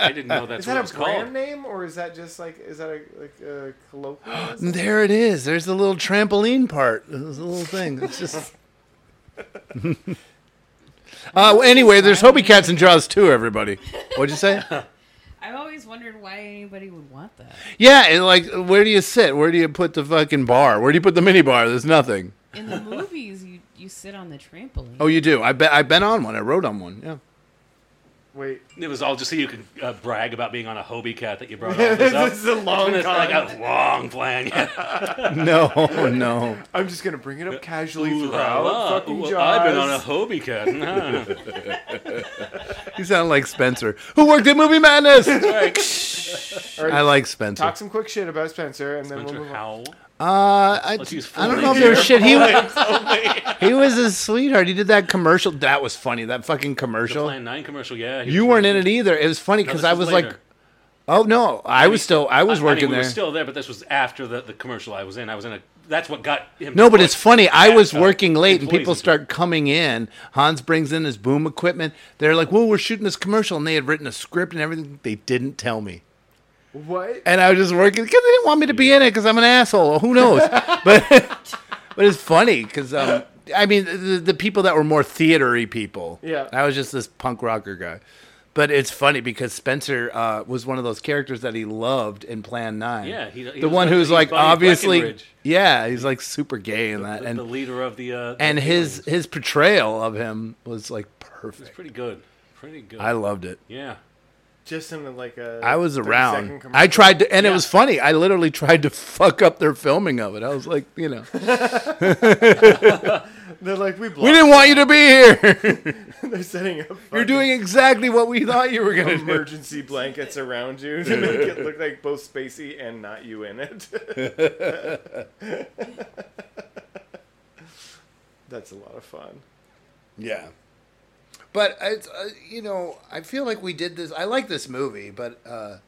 [SPEAKER 1] I
[SPEAKER 3] I didn't know that's
[SPEAKER 2] is that
[SPEAKER 3] what
[SPEAKER 2] a
[SPEAKER 3] it's
[SPEAKER 2] brand
[SPEAKER 3] called.
[SPEAKER 2] name, or is that just like is that a like a colloquialism?
[SPEAKER 1] There it is. There's the little trampoline part. There's a little thing. It's just. uh, anyway, there's Hobie Cats and Jaws too. Everybody, what'd you say?
[SPEAKER 4] I've always wondered why anybody would want that
[SPEAKER 1] Yeah, and like, where do you sit? Where do you put the fucking bar? Where do you put the mini bar? There's nothing.
[SPEAKER 4] in the movies. You you sit on the trampoline.
[SPEAKER 1] Oh, you do. I bet. I've been on one. I rode on one. Yeah.
[SPEAKER 2] Wait,
[SPEAKER 3] It was all just so you could uh, brag about being on a Hobie cat that you brought up. It's
[SPEAKER 2] This is a long
[SPEAKER 3] it's like a
[SPEAKER 2] con.
[SPEAKER 3] long plan. Yeah.
[SPEAKER 1] No, no.
[SPEAKER 2] I'm just gonna bring it up casually
[SPEAKER 3] Ooh, la,
[SPEAKER 2] throughout.
[SPEAKER 3] la.
[SPEAKER 2] fucking
[SPEAKER 3] Ooh,
[SPEAKER 2] Jaws.
[SPEAKER 3] I've been on a Hobie cat. Nah.
[SPEAKER 1] You sound like Spencer, who worked at Movie Madness.
[SPEAKER 2] All right,
[SPEAKER 1] I like Spencer.
[SPEAKER 2] Talk some quick shit about Spencer, and then
[SPEAKER 3] Spencer
[SPEAKER 2] we'll move on.
[SPEAKER 3] Howell.
[SPEAKER 1] Uh, I,
[SPEAKER 3] Let's use
[SPEAKER 1] I
[SPEAKER 3] full
[SPEAKER 1] don't know if
[SPEAKER 3] names
[SPEAKER 1] there was
[SPEAKER 3] here.
[SPEAKER 1] shit. He was, he was a sweetheart. He did that commercial. That was funny. That fucking commercial.
[SPEAKER 3] Plan 9 commercial, yeah. he
[SPEAKER 1] You
[SPEAKER 3] was-
[SPEAKER 1] weren't in it either. It was funny because
[SPEAKER 3] this
[SPEAKER 1] I
[SPEAKER 3] was
[SPEAKER 1] was like,
[SPEAKER 3] later.
[SPEAKER 1] oh no, I was still, I was
[SPEAKER 3] I mean,
[SPEAKER 1] working
[SPEAKER 3] we
[SPEAKER 1] there.
[SPEAKER 3] were still there, but this was after the, the commercial I was in. I was in a. That's what got him.
[SPEAKER 1] No, but
[SPEAKER 3] pushed
[SPEAKER 1] it's funny. I
[SPEAKER 3] that,
[SPEAKER 1] was
[SPEAKER 3] uh,
[SPEAKER 1] working late and
[SPEAKER 3] employees
[SPEAKER 1] people
[SPEAKER 3] into it.
[SPEAKER 1] start coming in. Hans brings in his boom equipment. They're like, well, we're shooting this commercial. And they had written a script and everything. They didn't tell me.
[SPEAKER 2] What?
[SPEAKER 1] and I was just working because they didn't want me to be in it because I'm an asshole. Who knows? but but it's funny because um, I mean the, the people that were more theatery people.
[SPEAKER 2] Yeah.
[SPEAKER 1] I was just this punk rocker guy. But it's funny because Spencer uh, was one of those characters that he loved in Plan Nine.
[SPEAKER 3] Yeah, he- he
[SPEAKER 1] the one
[SPEAKER 3] was like-
[SPEAKER 1] who's
[SPEAKER 3] he was
[SPEAKER 1] like
[SPEAKER 3] Bonnie
[SPEAKER 1] obviously,
[SPEAKER 3] Breckenridge.
[SPEAKER 1] yeah, he's like super gay in that,
[SPEAKER 3] the, the
[SPEAKER 1] and
[SPEAKER 3] leader of the. Uh, the
[SPEAKER 1] and his
[SPEAKER 3] aliens.
[SPEAKER 1] his portrayal of him was like
[SPEAKER 3] It's
[SPEAKER 1] perfect.
[SPEAKER 3] pretty good. Pretty good.
[SPEAKER 1] I loved it.
[SPEAKER 3] Yeah.
[SPEAKER 2] Just in like a.
[SPEAKER 1] I was
[SPEAKER 2] 30 second
[SPEAKER 1] around.
[SPEAKER 2] commercial.
[SPEAKER 1] I tried to, and it
[SPEAKER 3] Yeah.
[SPEAKER 1] was funny. I literally tried to fuck up their filming of it. I was like, you know,
[SPEAKER 2] They're like we. Blocked.
[SPEAKER 1] we didn't want you to be here.
[SPEAKER 2] They're setting up.
[SPEAKER 1] You're
[SPEAKER 2] fucking
[SPEAKER 1] doing exactly what we thought you were going to do.
[SPEAKER 2] emergency blankets around you to make it look like both Spacey and not you in it. That's a lot of fun.
[SPEAKER 1] Yeah. But it's uh, you know, I feel like we did this. I like this movie, but uh,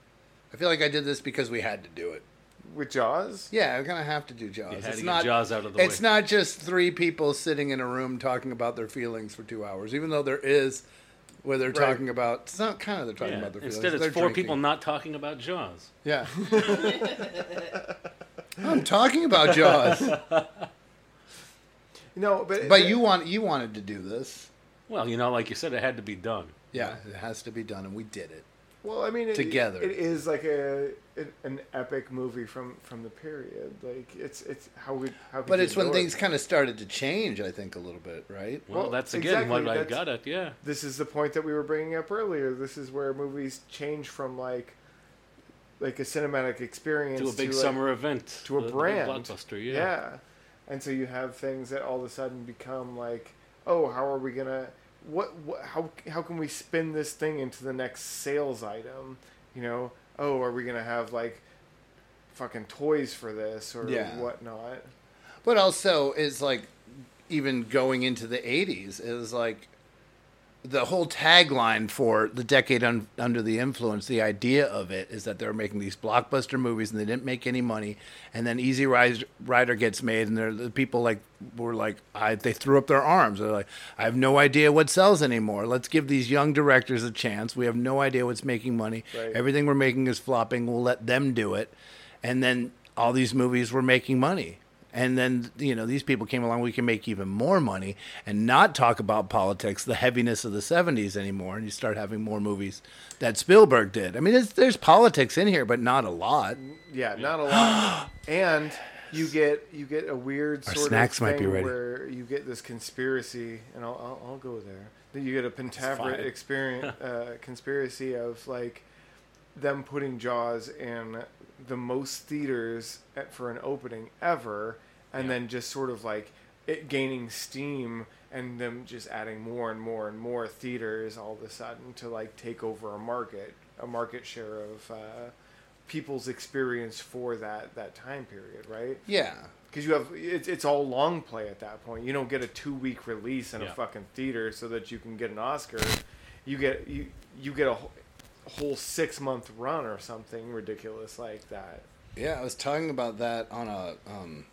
[SPEAKER 1] I feel like I did this because we had to do it.
[SPEAKER 2] With Jaws.
[SPEAKER 1] Yeah, we're gonna have to do Jaws.
[SPEAKER 3] had
[SPEAKER 1] it's
[SPEAKER 3] to get
[SPEAKER 1] not
[SPEAKER 3] Jaws out of the
[SPEAKER 1] It's
[SPEAKER 3] way.
[SPEAKER 1] not just three people sitting in a room talking about their feelings for two hours, even though there is where they're
[SPEAKER 2] Right.
[SPEAKER 1] talking about. It's not kind of they're talking
[SPEAKER 3] yeah.
[SPEAKER 1] about their feelings.
[SPEAKER 3] Instead, it's
[SPEAKER 1] they're
[SPEAKER 3] four
[SPEAKER 1] drinking.
[SPEAKER 3] people not talking about Jaws.
[SPEAKER 1] Yeah. I'm talking about Jaws.
[SPEAKER 2] No, but
[SPEAKER 1] But you want you wanted to do this.
[SPEAKER 3] Well, you know, like you said, it had to be done.
[SPEAKER 1] Yeah, it has to be done and we did it.
[SPEAKER 2] well, I mean, it,
[SPEAKER 1] together.
[SPEAKER 2] it is like a an, an epic movie from from the period. Like it's it's how we how. could
[SPEAKER 1] But
[SPEAKER 2] you
[SPEAKER 1] it's when
[SPEAKER 2] ignore it?
[SPEAKER 1] things kind of started to change, I think a little bit, right?
[SPEAKER 3] Well,
[SPEAKER 2] Well,
[SPEAKER 3] that's again
[SPEAKER 2] exactly,
[SPEAKER 3] what I
[SPEAKER 2] that's-
[SPEAKER 3] got at. Yeah.
[SPEAKER 2] this is the point that we were bringing up earlier. This is where movies change from like like a cinematic experience
[SPEAKER 3] To a big
[SPEAKER 2] like,
[SPEAKER 3] summer event,
[SPEAKER 2] to a
[SPEAKER 3] the- the big
[SPEAKER 2] brand
[SPEAKER 3] blockbuster, yeah.
[SPEAKER 2] and so you have things that all of a sudden become like oh how are we gonna what, what how how can we spin this thing into the next sales item you know oh are we gonna have like fucking toys for this or
[SPEAKER 1] Yeah.
[SPEAKER 2] whatnot
[SPEAKER 1] But also, it's like even going into the 80s is like the whole tagline for the decade un- under the influence, the idea of it is that they're making these blockbuster movies and they didn't make any money. And then Easy Ris- Rider gets made, and they're, the people like were like, I, they threw up their arms. They're like, I have no idea what sells anymore. Let's give these young directors a chance. We have no idea what's making money.
[SPEAKER 5] Right.
[SPEAKER 1] Everything we're making is flopping. We'll let them do it. And then all these movies were making money. And then, you know, these people came along, we can make even more money and not talk about politics, the heaviness of the 70s anymore. And you start having more movies that Spielberg did. I mean, it's, there's politics in here, but not a lot.
[SPEAKER 2] yeah, not a lot. and you get you get a weird
[SPEAKER 1] Our
[SPEAKER 2] sort
[SPEAKER 1] snacks
[SPEAKER 2] of
[SPEAKER 1] might
[SPEAKER 2] thing
[SPEAKER 1] be ready.
[SPEAKER 2] where you get this conspiracy, and I'll I'll, I'll go there. Then you get a pentaveret
[SPEAKER 3] fine.
[SPEAKER 2] experience uh, conspiracy of like them putting Jaws in the most theaters at, for an opening ever, and then just sort of like it gaining steam and them just adding more and more and more theaters all of a sudden to like take over a market a market share of uh, people's experience for that that time period right
[SPEAKER 1] Yeah.
[SPEAKER 2] because you have it's, it's all long play at that point you don't get a two week release in
[SPEAKER 3] Yeah.
[SPEAKER 2] a fucking theater so that you can get an oscar you get you you get a wh- whole six month run or something ridiculous like that
[SPEAKER 1] Yeah, I was talking about that on a um,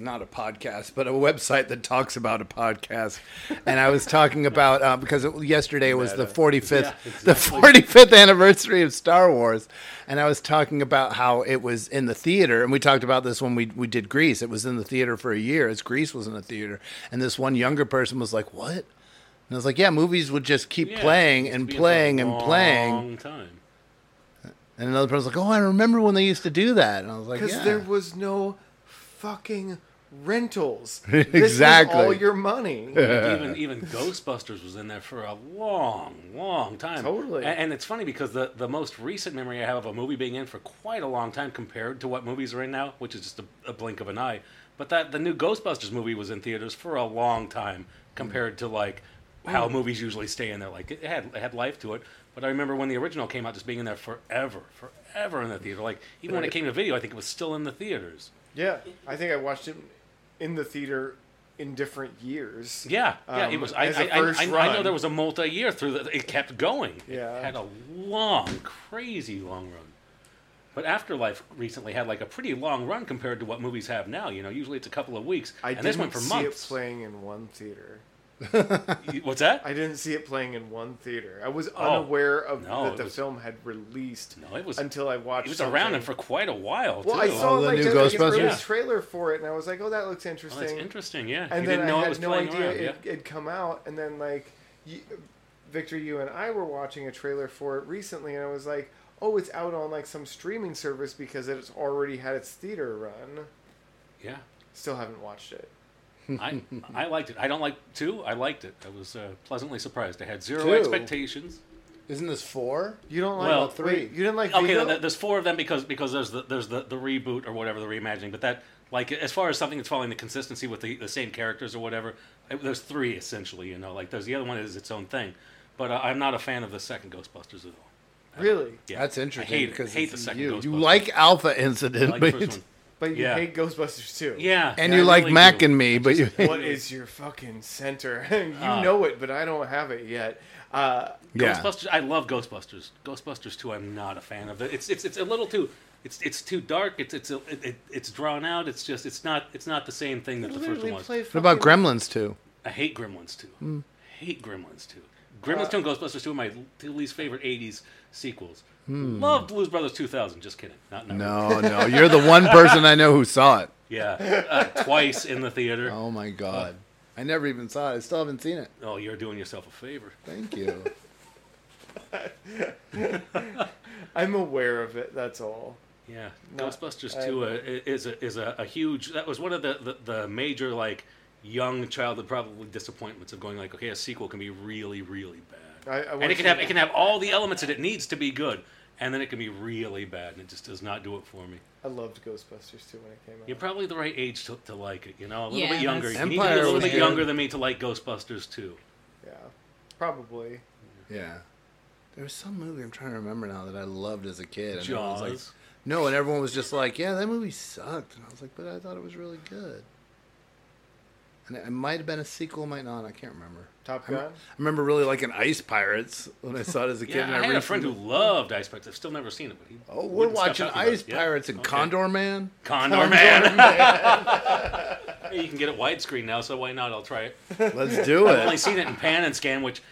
[SPEAKER 1] not a podcast, but a website that talks about a podcast. And I was talking about uh, because it, yesterday was the
[SPEAKER 5] Meta.
[SPEAKER 1] 45th,
[SPEAKER 5] Yeah,
[SPEAKER 1] the
[SPEAKER 5] exactly.
[SPEAKER 1] 45th anniversary of Star Wars, and I was talking about how it was in the theater, and we talked about this when we we did Greece. It was in the theater for a year. As Greece was in the theater, and this one younger person was like, "What?" And I was like, "Yeah, movies would just keep
[SPEAKER 3] Yeah,
[SPEAKER 1] playing
[SPEAKER 3] it's
[SPEAKER 1] and
[SPEAKER 3] been for a
[SPEAKER 1] playing and playing."
[SPEAKER 3] Long time.
[SPEAKER 1] And another person was like, "Oh, I remember when they used to do that." And I was like,
[SPEAKER 2] because
[SPEAKER 1] "Yeah."
[SPEAKER 2] there was no fucking rentals This was all
[SPEAKER 1] Exactly.
[SPEAKER 2] your money
[SPEAKER 3] even even Ghostbusters was in there for a long, long time.
[SPEAKER 2] Totally.
[SPEAKER 3] A- And, it's funny because the, the most recent memory I have of a movie being in for quite a long time compared to what movies are in now, which is just a, a blink of an eye. But that the new Ghostbusters movie was in theaters for a long time compared to like how
[SPEAKER 5] Mm.
[SPEAKER 3] movies usually stay in there. Like it had it had life to it. But I remember when the original came out, just being in there forever, forever in the theater. Like even when it
[SPEAKER 2] Right.
[SPEAKER 3] came to video, I think it was still in the theaters.
[SPEAKER 2] Yeah, I think I watched it in the theater in different years.
[SPEAKER 3] Yeah, yeah, it
[SPEAKER 2] Um,
[SPEAKER 3] was. I,
[SPEAKER 2] as
[SPEAKER 3] I,
[SPEAKER 2] a
[SPEAKER 3] I,
[SPEAKER 2] first
[SPEAKER 3] I- I know
[SPEAKER 2] run.
[SPEAKER 3] there was a multi-year through that. It kept going.
[SPEAKER 2] Yeah.
[SPEAKER 3] It had a long, crazy long run. But Afterlife recently had like a pretty long run compared to what movies have now. You know, usually it's a couple of weeks,
[SPEAKER 2] I
[SPEAKER 3] and
[SPEAKER 2] didn't
[SPEAKER 3] this went for
[SPEAKER 2] see
[SPEAKER 3] months.
[SPEAKER 2] it playing in one theater.
[SPEAKER 3] What's that?
[SPEAKER 2] I didn't see it playing in one theater. I was
[SPEAKER 3] Oh,
[SPEAKER 2] unaware of
[SPEAKER 3] no,
[SPEAKER 2] that
[SPEAKER 3] it
[SPEAKER 2] the
[SPEAKER 3] was-
[SPEAKER 2] film had released.
[SPEAKER 3] No, it was-
[SPEAKER 2] until I watched.
[SPEAKER 3] it was around
[SPEAKER 2] something.
[SPEAKER 3] and for quite a while.
[SPEAKER 2] Well, I
[SPEAKER 3] too. Oh,
[SPEAKER 2] saw like,
[SPEAKER 1] Oh, new
[SPEAKER 2] just, like, an
[SPEAKER 1] Ghostbusters?
[SPEAKER 2] early
[SPEAKER 1] Yeah.
[SPEAKER 2] trailer for it, and I was like, "Oh, that looks interesting."
[SPEAKER 3] interesting, yeah.
[SPEAKER 2] And
[SPEAKER 3] You
[SPEAKER 2] then
[SPEAKER 3] didn't know
[SPEAKER 2] I
[SPEAKER 3] it
[SPEAKER 2] had
[SPEAKER 3] was
[SPEAKER 2] no
[SPEAKER 3] playing
[SPEAKER 2] idea
[SPEAKER 3] around,
[SPEAKER 2] it, it'd come out, and then like, you, Victor, you and I were watching a trailer for it recently, and I was like, "Oh, it's out on like some streaming service because it's already had its theater run."
[SPEAKER 3] Yeah.
[SPEAKER 2] Still haven't watched it.
[SPEAKER 3] I I liked it. I don't like two. I liked it. I was uh, pleasantly surprised. I had zero
[SPEAKER 1] Two?
[SPEAKER 3] expectations.
[SPEAKER 1] Isn't this four? You
[SPEAKER 2] don't
[SPEAKER 3] well,
[SPEAKER 2] wait, you didn't like
[SPEAKER 3] Okay,
[SPEAKER 2] Vigo?
[SPEAKER 3] th- there's four of them because because there's the there's the, the reboot or whatever the reimagining. But that like as far as something that's following the consistency with the, the same characters or whatever, it, there's three essentially. You know, like there's the other one is its own thing. But uh, I'm not a fan of the second Ghostbusters at all.
[SPEAKER 2] Really?
[SPEAKER 3] Yeah,
[SPEAKER 1] That's
[SPEAKER 3] I
[SPEAKER 1] interesting
[SPEAKER 3] hate it.
[SPEAKER 1] because
[SPEAKER 3] hate
[SPEAKER 1] it's
[SPEAKER 3] the second
[SPEAKER 1] you.
[SPEAKER 3] Ghostbusters.
[SPEAKER 1] You like Alpha Incident,
[SPEAKER 3] I like the
[SPEAKER 1] but
[SPEAKER 3] first
[SPEAKER 1] it's-
[SPEAKER 3] one.
[SPEAKER 2] But you
[SPEAKER 3] Yeah.
[SPEAKER 2] hate Ghostbusters too.
[SPEAKER 3] Yeah.
[SPEAKER 1] And you like Mac and me, but you
[SPEAKER 2] what is your fucking center? you
[SPEAKER 3] Ah.
[SPEAKER 2] know it, but I don't have it yet. Uh,
[SPEAKER 3] Ghostbusters. I love Ghostbusters. Ghostbusters 2 I'm not a fan of. It's it's it's a little too it's it's too dark. It's it's a, it, it, it's drawn out. It's just it's not it's not the same thing that the first
[SPEAKER 2] Literally
[SPEAKER 3] one was.
[SPEAKER 2] play
[SPEAKER 1] What about Gremlins too?
[SPEAKER 3] I hate Gremlins 2.
[SPEAKER 1] Hmm.
[SPEAKER 3] Hate Gremlins 2. Gremlins
[SPEAKER 2] Uh,
[SPEAKER 3] 2 and Ghostbusters 2 are my two least favorite 80s sequels.
[SPEAKER 1] Hmm.
[SPEAKER 3] Love Blues Brothers 2000. Just kidding. Not, not
[SPEAKER 1] No, no, you're the one person I know who saw it.
[SPEAKER 3] Yeah, uh, twice in the theater.
[SPEAKER 1] Oh my god, I never even saw it. I still haven't seen it.
[SPEAKER 3] Oh, you're doing yourself a favor.
[SPEAKER 1] Thank you.
[SPEAKER 2] I'm aware of it. That's all.
[SPEAKER 3] Yeah,
[SPEAKER 2] Not-
[SPEAKER 3] Ghostbusters
[SPEAKER 2] I-
[SPEAKER 3] Two uh, is a, is a, a huge. That was one of the, the the major like young childhood probably disappointments of going like, okay, a sequel can be really really bad,
[SPEAKER 2] I- I
[SPEAKER 3] and
[SPEAKER 2] want
[SPEAKER 3] it can
[SPEAKER 2] you-
[SPEAKER 3] have it can have all the elements that it needs to be good. and then it can be really bad, and it just does not do it for me.
[SPEAKER 2] I loved Ghostbusters too when it came out.
[SPEAKER 3] You're probably the right age to, to like it, you know, a little
[SPEAKER 2] Yeah,
[SPEAKER 3] bit younger.
[SPEAKER 2] that's-
[SPEAKER 3] You need to be
[SPEAKER 2] Empire
[SPEAKER 3] a little
[SPEAKER 2] was
[SPEAKER 3] bit
[SPEAKER 2] good.
[SPEAKER 3] younger than me to like Ghostbusters too.
[SPEAKER 2] Yeah, probably.
[SPEAKER 1] Yeah. There was some movie I'm trying to remember now that I loved as a kid. And everyone was like-
[SPEAKER 3] Jaws.
[SPEAKER 1] no, and everyone was just like, yeah, that movie sucked. And I was like, but I thought it was really good. And it it might have been a sequel, might not. I can't remember.
[SPEAKER 2] Top
[SPEAKER 1] I rem-
[SPEAKER 2] Gun?
[SPEAKER 1] I remember really liking Ice Pirates when I saw it as a kid.
[SPEAKER 3] Yeah,
[SPEAKER 1] and
[SPEAKER 3] I, had a friend who
[SPEAKER 1] recently-
[SPEAKER 3] loved Ice Pirates. I've still never seen it, but he.
[SPEAKER 1] Oh, we're
[SPEAKER 3] wouldn't stop
[SPEAKER 1] watching
[SPEAKER 3] talking about
[SPEAKER 1] Ice
[SPEAKER 3] it. Yeah.
[SPEAKER 1] Pirates and Condor Man.
[SPEAKER 3] Condor, Man. Hey, you can get it widescreen now, so why not? I'll try it.
[SPEAKER 1] Let's do
[SPEAKER 3] I've
[SPEAKER 1] it.
[SPEAKER 3] only seen it in pan and scan, which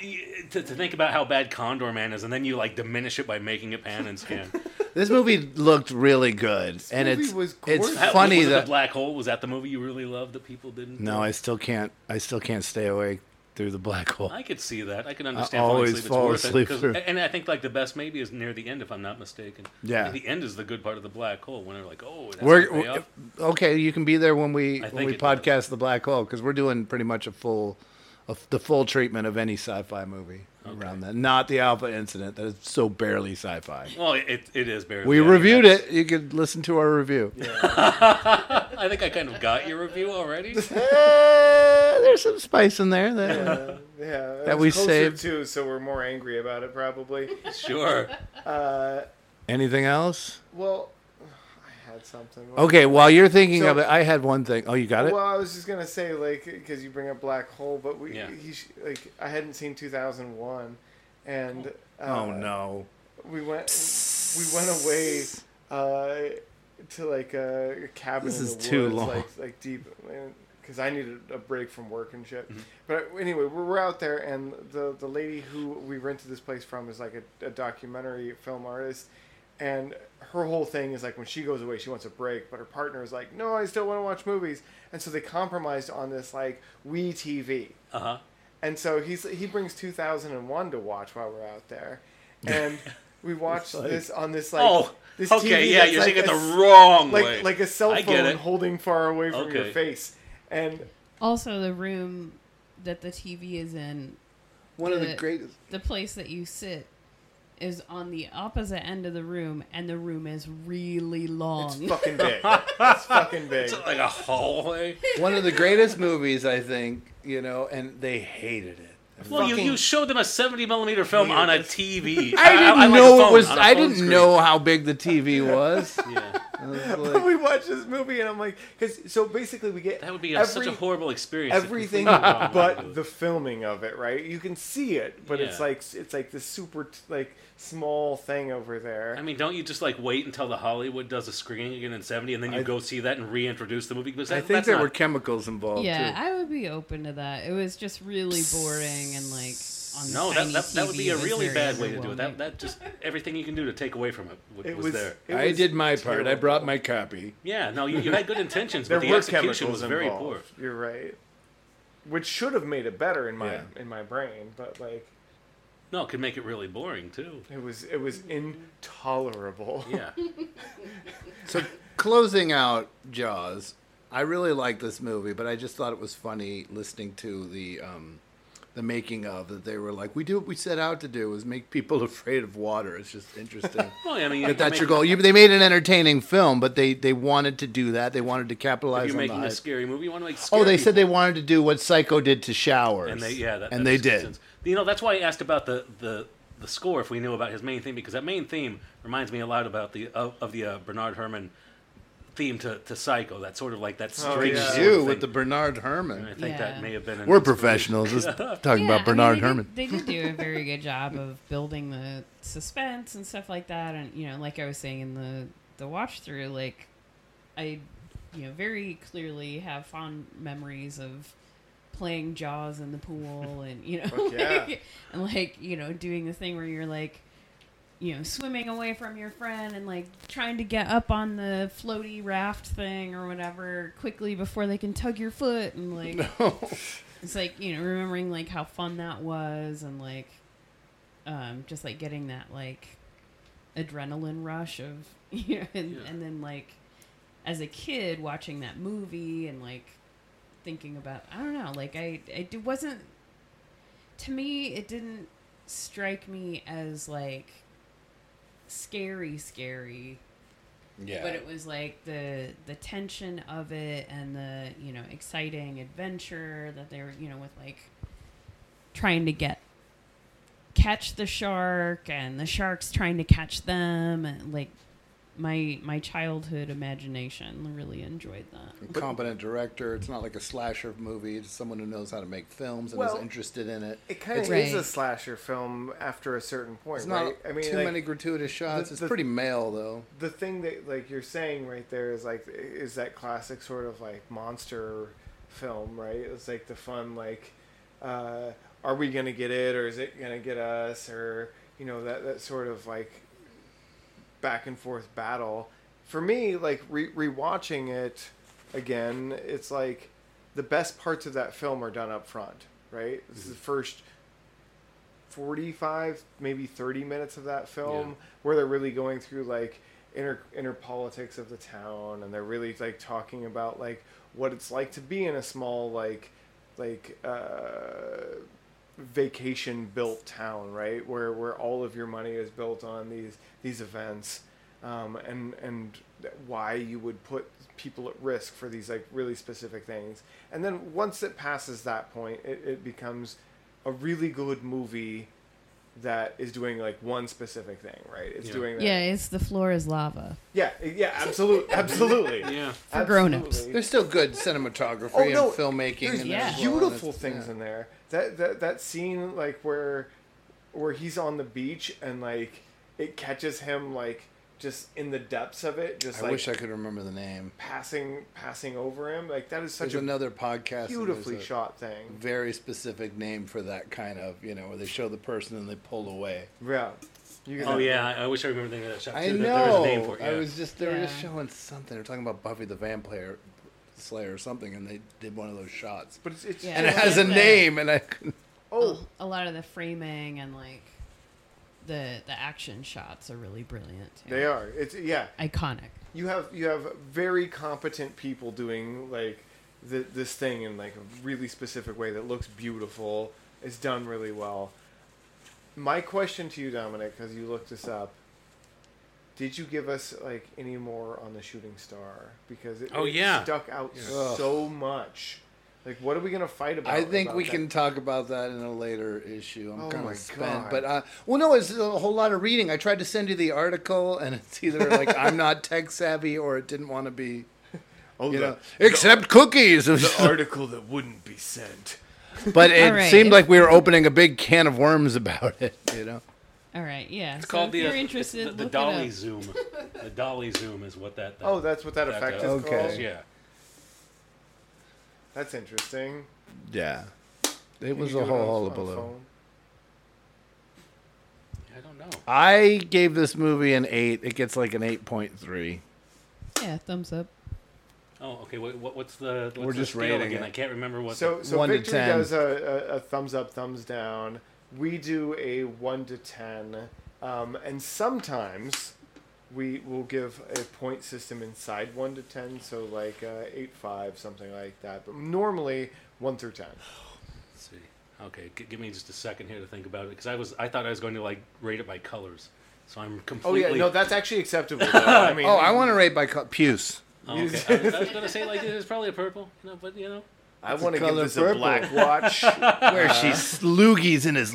[SPEAKER 3] y- to, to think about how bad Condor Man is, and then you like diminish it by making it pan and scan.
[SPEAKER 1] this movie looked really good, and
[SPEAKER 3] movie
[SPEAKER 1] it's
[SPEAKER 3] was
[SPEAKER 1] it's
[SPEAKER 3] How-
[SPEAKER 1] funny
[SPEAKER 3] was it
[SPEAKER 1] that
[SPEAKER 3] the black hole was that the movie you really loved that people didn't.
[SPEAKER 1] no, I still can't. I still can't stay awake through the black hole.
[SPEAKER 3] I could see that. I can understand.
[SPEAKER 1] I
[SPEAKER 3] falling
[SPEAKER 1] always
[SPEAKER 3] asleep. It's
[SPEAKER 1] fall
[SPEAKER 3] worth it,
[SPEAKER 1] asleep
[SPEAKER 3] 'cause-
[SPEAKER 1] through-
[SPEAKER 3] And I think like the best maybe is near the end, if I'm not mistaken.
[SPEAKER 1] Yeah.
[SPEAKER 3] the end is the good part of the black hole when they're like, oh, that's
[SPEAKER 1] We're,
[SPEAKER 3] the payoff.
[SPEAKER 1] we're- okay. You can be there when we when
[SPEAKER 3] think
[SPEAKER 1] we
[SPEAKER 3] it
[SPEAKER 1] podcast the black hole because we're doing pretty much a full, a, the full treatment of any sci-fi movie around that. Not the Alpha Incident that is so barely sci-fi.
[SPEAKER 3] Well, it, it is barely.
[SPEAKER 1] we
[SPEAKER 3] I mean,
[SPEAKER 1] reviewed
[SPEAKER 3] that's-
[SPEAKER 1] it. You could listen to our review.
[SPEAKER 3] I think I kind of got your review already.
[SPEAKER 1] Uh, there's some spice in there that uh,
[SPEAKER 2] Yeah, it
[SPEAKER 1] that
[SPEAKER 2] was
[SPEAKER 1] we
[SPEAKER 2] closer
[SPEAKER 1] saved.
[SPEAKER 2] too, so we're more angry about it probably.
[SPEAKER 3] Sure.
[SPEAKER 2] Uh,
[SPEAKER 1] Anything else?
[SPEAKER 2] well, I had something.
[SPEAKER 1] Okay. While you're thinking
[SPEAKER 2] So-
[SPEAKER 1] of it, I had one thing. Oh, you got it.
[SPEAKER 2] Well, I was just gonna say like because you bring up black hole, but we he sh- like I hadn't seen 2001, and uh,
[SPEAKER 1] Oh, no.
[SPEAKER 2] we went we went away uh, to like a cabin.
[SPEAKER 1] This
[SPEAKER 2] in
[SPEAKER 1] is
[SPEAKER 2] the
[SPEAKER 1] too
[SPEAKER 2] woods,
[SPEAKER 1] long.
[SPEAKER 2] Like like deep. Because I needed a break from work and shit.
[SPEAKER 1] Mm-hmm.
[SPEAKER 2] But anyway, we were out there, and the, the lady who we rented this place from is like a, a documentary film artist. And her whole thing is like when she goes away, she wants a break, but her partner is like, no, I still want to watch movies. And so they compromised on this like Wii TV.
[SPEAKER 3] Uh huh.
[SPEAKER 2] And so he's he brings 2001 to watch while we're out there, and we watch
[SPEAKER 3] like-
[SPEAKER 2] this on this like
[SPEAKER 3] Oh,
[SPEAKER 2] this
[SPEAKER 3] okay,
[SPEAKER 2] TV
[SPEAKER 3] yeah,
[SPEAKER 2] that's
[SPEAKER 3] you're
[SPEAKER 2] like
[SPEAKER 3] seeing it
[SPEAKER 2] a
[SPEAKER 3] the
[SPEAKER 2] s-
[SPEAKER 3] wrong
[SPEAKER 2] like,
[SPEAKER 3] way.
[SPEAKER 2] like a cell
[SPEAKER 3] I
[SPEAKER 2] phone
[SPEAKER 3] get it.
[SPEAKER 2] holding far away from your
[SPEAKER 3] Okay.
[SPEAKER 2] face, and
[SPEAKER 4] Also, the room that the TV is in.
[SPEAKER 1] One of the greatest-
[SPEAKER 4] The place that you sit is on the opposite end of the room, and the room is really long.
[SPEAKER 2] It's fucking big. it's fucking big.
[SPEAKER 3] It's like a hallway.
[SPEAKER 1] One of the greatest movies, I think. You know, and they hated it.
[SPEAKER 3] Well, you,
[SPEAKER 1] Fucking
[SPEAKER 3] you showed them a 70 millimeter film on a TV.
[SPEAKER 1] I didn't
[SPEAKER 3] like a
[SPEAKER 1] know
[SPEAKER 3] phone,
[SPEAKER 1] it was.
[SPEAKER 3] on a
[SPEAKER 1] I
[SPEAKER 3] phone
[SPEAKER 1] didn't
[SPEAKER 3] screen.
[SPEAKER 1] know how big the TV was.
[SPEAKER 2] But we watch this movie, and I'm like, because so basically we get that would
[SPEAKER 3] be a- such a horrible experience if we
[SPEAKER 2] Everything
[SPEAKER 3] think about it.
[SPEAKER 2] but the filming of it, right? You can see it, but it's
[SPEAKER 3] Yeah.
[SPEAKER 2] like it's like this super t- like small thing over there.
[SPEAKER 3] I mean, don't you just like wait until the Hollywood does a screening again in 70 and then you
[SPEAKER 1] I-
[SPEAKER 3] go see that and reintroduce the movie? Because that,
[SPEAKER 1] I think
[SPEAKER 3] that's
[SPEAKER 1] there
[SPEAKER 3] not-
[SPEAKER 1] were chemicals involved
[SPEAKER 4] yeah,
[SPEAKER 1] too.
[SPEAKER 4] I would be open to that. It was just really boring and like on
[SPEAKER 3] No,
[SPEAKER 4] the
[SPEAKER 3] that,
[SPEAKER 4] tiny
[SPEAKER 3] that, that would be
[SPEAKER 4] TV
[SPEAKER 3] a
[SPEAKER 4] was
[SPEAKER 3] really
[SPEAKER 4] very
[SPEAKER 3] bad way to do it.
[SPEAKER 4] overwhelming.
[SPEAKER 3] That, that just everything you can do to take away from it, w-
[SPEAKER 2] It
[SPEAKER 3] was,
[SPEAKER 2] was-
[SPEAKER 3] there.
[SPEAKER 2] it I was did
[SPEAKER 1] my part. I brought my copy.
[SPEAKER 3] Yeah, no, you, you had good intentions,
[SPEAKER 2] There
[SPEAKER 3] but the
[SPEAKER 2] were
[SPEAKER 3] execution was
[SPEAKER 2] chemicals
[SPEAKER 3] very poor.
[SPEAKER 2] involved. You're right. Which should have made it better in my
[SPEAKER 3] Yeah.
[SPEAKER 2] in my brain, but like
[SPEAKER 3] No, it could make it really boring too.
[SPEAKER 2] it was it was intolerable.
[SPEAKER 3] Yeah.
[SPEAKER 1] So closing out Jaws, I really liked this movie, but I just thought it was funny listening to the um, the making of that they were like, we do what we set out to do was make people afraid of water. It's just interesting.
[SPEAKER 3] Well, I mean,
[SPEAKER 1] that
[SPEAKER 3] if
[SPEAKER 1] that's
[SPEAKER 3] you
[SPEAKER 1] your
[SPEAKER 3] make-
[SPEAKER 1] goal. You, they made an entertaining film, but they they wanted to do that. They wanted to
[SPEAKER 3] If
[SPEAKER 1] capitalize
[SPEAKER 3] you're
[SPEAKER 1] on the
[SPEAKER 3] making a
[SPEAKER 1] hype.
[SPEAKER 3] scary movie, you want to make scary
[SPEAKER 1] Oh, they said they wanted to do what Psycho did to showers,
[SPEAKER 3] And they yeah, that,
[SPEAKER 1] and
[SPEAKER 3] that
[SPEAKER 1] they
[SPEAKER 3] makes
[SPEAKER 1] did.
[SPEAKER 3] Sense. You know, that's why I asked about the the the score if we knew about his main theme because that main theme reminds me a lot about the of, of the uh, Bernard Herman theme to, to Psycho. That sort of like that
[SPEAKER 1] Oh,
[SPEAKER 3] strange
[SPEAKER 1] yeah.
[SPEAKER 3] sort of
[SPEAKER 1] You
[SPEAKER 3] thing.
[SPEAKER 1] with the Bernard Herman.
[SPEAKER 3] I think that may have been. An
[SPEAKER 1] We're
[SPEAKER 3] inspiration.
[SPEAKER 1] professionals. Just talking
[SPEAKER 4] Yeah, I
[SPEAKER 1] about
[SPEAKER 4] mean,
[SPEAKER 1] Bernard
[SPEAKER 4] they did-
[SPEAKER 1] Herman.
[SPEAKER 4] they did do a very good job of building the suspense and stuff like that. And you know, like I was saying in the the watch through, like I, you know, very clearly have fond memories of playing Jaws in the pool and you know,
[SPEAKER 5] Fuck yeah.
[SPEAKER 4] like- and like you know, doing the thing where you're like. You know, swimming away from your friend and like trying to get up on the floaty raft thing or whatever quickly before they can tug your foot and like it's like you know remembering like how fun that was and like um just like getting that like adrenaline rush of you know and, and then like as a kid watching that movie and like thinking about i don't know like i it wasn't to me it didn't strike me as like scary, scary.
[SPEAKER 5] Yeah.
[SPEAKER 4] But it was like the the tension of it and the you know exciting adventure that they were you know with like trying to get catch the shark and the sharks trying to catch them and like my my childhood imagination really enjoyed that.
[SPEAKER 1] Competent director. It's not like a slasher movie. It's someone who knows how to make films and
[SPEAKER 2] Well,
[SPEAKER 1] is interested in it.
[SPEAKER 2] It kind of
[SPEAKER 1] It's-
[SPEAKER 2] is a slasher film after a certain point.
[SPEAKER 1] It's not
[SPEAKER 2] right?
[SPEAKER 1] too many gratuitous shots. It's pretty male though.
[SPEAKER 2] The thing that like you're saying right there is like is that classic sort of like monster film, right? It's like the fun like, uh, are we gonna get it or is it gonna get us or you know that that sort of like back and forth battle. For me, like re- rewatching it again, it's like the best parts of that film are done up front, right? This is the first 45 maybe 30 minutes of that film
[SPEAKER 3] Yeah.
[SPEAKER 2] where they're really going through like inner inner politics of the town and they're really like talking about like what it's like to be in a small like like uh vacation built town right where where all of your money is built on these these events um, and and why you would put people at risk for these like really specific things and then once it passes that point it, it becomes a really good movie that is doing like one specific thing, right? It's doing that.
[SPEAKER 4] Yeah, it's the floor is lava.
[SPEAKER 2] Yeah, yeah, absolutely, absolutely.
[SPEAKER 3] yeah,
[SPEAKER 4] For grown-ups.
[SPEAKER 1] There's still good cinematography
[SPEAKER 2] Oh no,
[SPEAKER 1] and filmmaking.
[SPEAKER 2] There's
[SPEAKER 1] and as well, and
[SPEAKER 2] beautiful
[SPEAKER 1] it's-
[SPEAKER 2] things
[SPEAKER 1] yeah.
[SPEAKER 2] in there. That that that scene like where where he's on the beach and like it catches him like just in the depths of it, just
[SPEAKER 1] I
[SPEAKER 2] like
[SPEAKER 1] wish I could remember the name.
[SPEAKER 2] passing passing over him. Like that is such
[SPEAKER 1] There's
[SPEAKER 2] a
[SPEAKER 1] another podcast. and there's
[SPEAKER 2] beautifully
[SPEAKER 1] a
[SPEAKER 2] shot thing.
[SPEAKER 1] Very specific name for that kind of you know where they show the person and they pull away.
[SPEAKER 2] Yeah.
[SPEAKER 3] oh yeah, I, I wish I remembered the name of that shot.
[SPEAKER 1] I
[SPEAKER 3] too, that There was a name
[SPEAKER 1] know.
[SPEAKER 3] for it. Yeah.
[SPEAKER 1] I was just they were just
[SPEAKER 2] Yeah.
[SPEAKER 1] showing something. They're talking about Buffy the Vampire Slayer or something, and they did one of those shots.
[SPEAKER 2] But it's, it's
[SPEAKER 4] Yeah,
[SPEAKER 1] and it
[SPEAKER 4] it's
[SPEAKER 1] has a
[SPEAKER 4] like that.
[SPEAKER 1] name, and I couldn't.
[SPEAKER 2] Oh,
[SPEAKER 4] Um, a, a lot of the framing and like the the action shots are really brilliant. too.
[SPEAKER 2] They are. It's yeah.
[SPEAKER 4] Iconic.
[SPEAKER 2] You have you have very competent people doing like th this thing in like a really specific way that looks beautiful. It's done really well. My question to you, Dominic, because you looked this up, did you give us like any more on the shooting star? Because it,
[SPEAKER 3] Oh,
[SPEAKER 2] it
[SPEAKER 3] yeah.
[SPEAKER 2] stuck out
[SPEAKER 3] Yeah.
[SPEAKER 2] so much. Like, what are we gonna fight about?
[SPEAKER 1] I think
[SPEAKER 2] about
[SPEAKER 1] we
[SPEAKER 2] that?
[SPEAKER 1] can talk about that in a later issue. I'm
[SPEAKER 2] Oh
[SPEAKER 1] kind
[SPEAKER 2] my
[SPEAKER 1] of spent,
[SPEAKER 2] God.
[SPEAKER 1] but uh, well, no, it's a whole lot of reading. I tried to send you the article, and it's either like I'm not tech savvy or it didn't want to be.
[SPEAKER 2] Oh,
[SPEAKER 1] you
[SPEAKER 2] the-
[SPEAKER 1] know, except cookies.
[SPEAKER 2] The article that wouldn't be sent.
[SPEAKER 1] But it
[SPEAKER 4] All right.
[SPEAKER 1] seemed like we were opening a big can of worms about it. You know,
[SPEAKER 4] All right, yeah.
[SPEAKER 3] It's
[SPEAKER 4] so
[SPEAKER 3] called
[SPEAKER 4] if
[SPEAKER 3] the,
[SPEAKER 4] you're
[SPEAKER 3] uh,
[SPEAKER 4] interested,
[SPEAKER 3] the, the
[SPEAKER 4] look it
[SPEAKER 3] dolly
[SPEAKER 4] up.
[SPEAKER 3] zoom. the dolly zoom is what that.
[SPEAKER 2] Oh, that's what that effect is
[SPEAKER 3] does.
[SPEAKER 2] called? Okay.
[SPEAKER 3] Yeah.
[SPEAKER 2] That's interesting.
[SPEAKER 1] yeah, it was
[SPEAKER 2] you do
[SPEAKER 1] a
[SPEAKER 2] it on-
[SPEAKER 1] whole
[SPEAKER 2] on
[SPEAKER 1] hullabaloo.
[SPEAKER 2] phone?
[SPEAKER 3] I don't know.
[SPEAKER 1] I gave this movie an eight. It gets like an eight point three.
[SPEAKER 4] Yeah, thumbs up.
[SPEAKER 3] Oh, okay. What, what, what's the? What's
[SPEAKER 1] We're
[SPEAKER 3] the
[SPEAKER 1] just
[SPEAKER 3] scale
[SPEAKER 1] rating
[SPEAKER 3] again?
[SPEAKER 1] it.
[SPEAKER 3] I can't remember what.
[SPEAKER 2] So,
[SPEAKER 3] the,
[SPEAKER 2] so
[SPEAKER 1] One to
[SPEAKER 2] Victory
[SPEAKER 1] 10.
[SPEAKER 2] does a, a, a thumbs up, thumbs down. We do a one to ten, um, and sometimes we will give a point system inside one to ten, so like uh, eight five, something like that. But normally one through ten.
[SPEAKER 3] Let's see. Okay, g- give me just a second here to think about it because I was I thought I was going to like rate it by colors, so I'm
[SPEAKER 2] Oh
[SPEAKER 3] completely.
[SPEAKER 2] yeah, no, that's actually acceptable. though. I mean,
[SPEAKER 1] oh, I want to rate by co- puce.
[SPEAKER 3] Oh, okay. I, was- I was going to say like it's probably a purple, you know, but you know.
[SPEAKER 2] I
[SPEAKER 1] It's
[SPEAKER 2] want to give
[SPEAKER 1] color
[SPEAKER 2] this a
[SPEAKER 1] purple.
[SPEAKER 2] black watch.
[SPEAKER 1] Where
[SPEAKER 2] Uh-huh.
[SPEAKER 1] she sloogies in his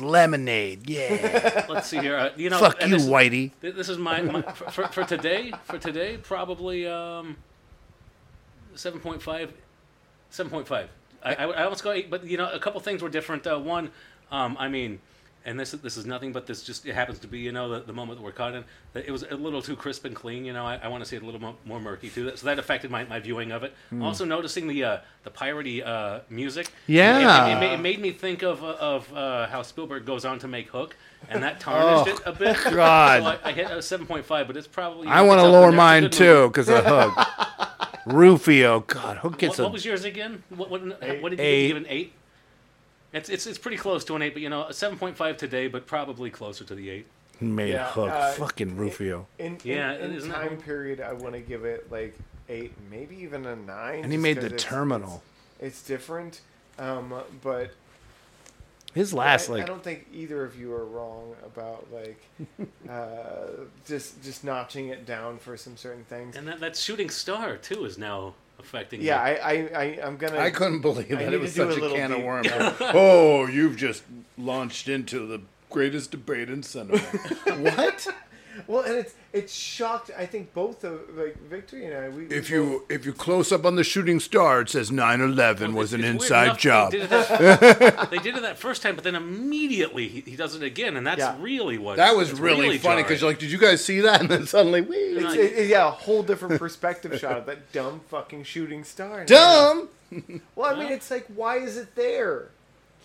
[SPEAKER 1] lemonade. Yeah.
[SPEAKER 3] Let's see here. Uh, you know,
[SPEAKER 1] Fuck
[SPEAKER 3] and
[SPEAKER 1] you,
[SPEAKER 3] this,
[SPEAKER 1] Whitey.
[SPEAKER 3] thi- This is my, my for, for- for today. For today, probably um, 7.5. 7.5. I, I, would- I almost go eight, but you know, a couple things were different. Uh, one, um, I mean, and this this is nothing but this just it happens to be you know the, the moment that we're caught in. That it was a little too crisp and clean. You know, I, I want to see it a little mo- more murky too. So that affected my, my viewing of it.
[SPEAKER 1] Hmm.
[SPEAKER 3] Also noticing the uh, the piratey uh, music.
[SPEAKER 1] Yeah.
[SPEAKER 3] It- it- it ma- it made me think of uh, of uh, how Spielberg goes on to make Hook, and that tarnished
[SPEAKER 1] Oh,
[SPEAKER 3] it a bit.
[SPEAKER 1] God.
[SPEAKER 3] So I, I hit a seven point five, but it's probably.
[SPEAKER 1] I want
[SPEAKER 3] it's
[SPEAKER 1] to
[SPEAKER 3] up
[SPEAKER 1] lower
[SPEAKER 3] in there.
[SPEAKER 1] mine
[SPEAKER 3] It's a good
[SPEAKER 1] too
[SPEAKER 3] one.
[SPEAKER 1] because of Hook. Rufio. God, Hook
[SPEAKER 3] What,
[SPEAKER 1] gets
[SPEAKER 3] what
[SPEAKER 1] a.
[SPEAKER 3] was yours again? What, what, what did you
[SPEAKER 1] Eight.
[SPEAKER 3] give an eight? It's, it's it's pretty close to an eight, but you know, a seven point five today, but probably closer to the eight.
[SPEAKER 1] He made
[SPEAKER 2] Yeah,
[SPEAKER 1] Hook.
[SPEAKER 2] uh,
[SPEAKER 1] Fucking Rufio.
[SPEAKER 2] In,
[SPEAKER 3] Yeah,
[SPEAKER 2] in, in
[SPEAKER 3] isn't that
[SPEAKER 2] time period, I want to give it like eight, maybe even a nine.
[SPEAKER 1] And he
[SPEAKER 2] just
[SPEAKER 1] made
[SPEAKER 2] 'cause
[SPEAKER 1] the
[SPEAKER 2] it's-
[SPEAKER 1] terminal.
[SPEAKER 2] It's, it's different, um, but
[SPEAKER 1] His last
[SPEAKER 2] I,
[SPEAKER 1] like
[SPEAKER 2] I don't think either of you are wrong about like uh, just just notching it down for some certain things.
[SPEAKER 3] And that, that shooting star too is now affecting.
[SPEAKER 2] Yeah,
[SPEAKER 3] me.
[SPEAKER 2] I, I, I I'm gonna.
[SPEAKER 1] I couldn't believe
[SPEAKER 2] I need
[SPEAKER 1] that it
[SPEAKER 2] to
[SPEAKER 1] was
[SPEAKER 2] do
[SPEAKER 1] such a,
[SPEAKER 2] little
[SPEAKER 1] can of
[SPEAKER 2] deep
[SPEAKER 1] worms.
[SPEAKER 2] dive.
[SPEAKER 1] oh, you've just launched into the greatest debate in cinema.
[SPEAKER 2] what? Well, and it's it's shocked. I think both of like Victory and I. We, we
[SPEAKER 1] if you if you close up on the shooting star, it says 9/11 was an
[SPEAKER 3] Weird
[SPEAKER 1] inside
[SPEAKER 3] enough,
[SPEAKER 1] job.
[SPEAKER 3] They did, it that, they did it that first time, but then immediately he, he does it again, and that's
[SPEAKER 2] Yeah.
[SPEAKER 3] really what.
[SPEAKER 1] that was
[SPEAKER 3] it's
[SPEAKER 1] really, funny
[SPEAKER 3] jarring.
[SPEAKER 1] because you're like, did you guys see that? And then suddenly,
[SPEAKER 2] both-
[SPEAKER 1] we
[SPEAKER 2] it's, it, it- yeah, a whole different perspective shot of that dumb fucking shooting star.
[SPEAKER 1] dumb.
[SPEAKER 2] Well, I mean, it's like, why is it there?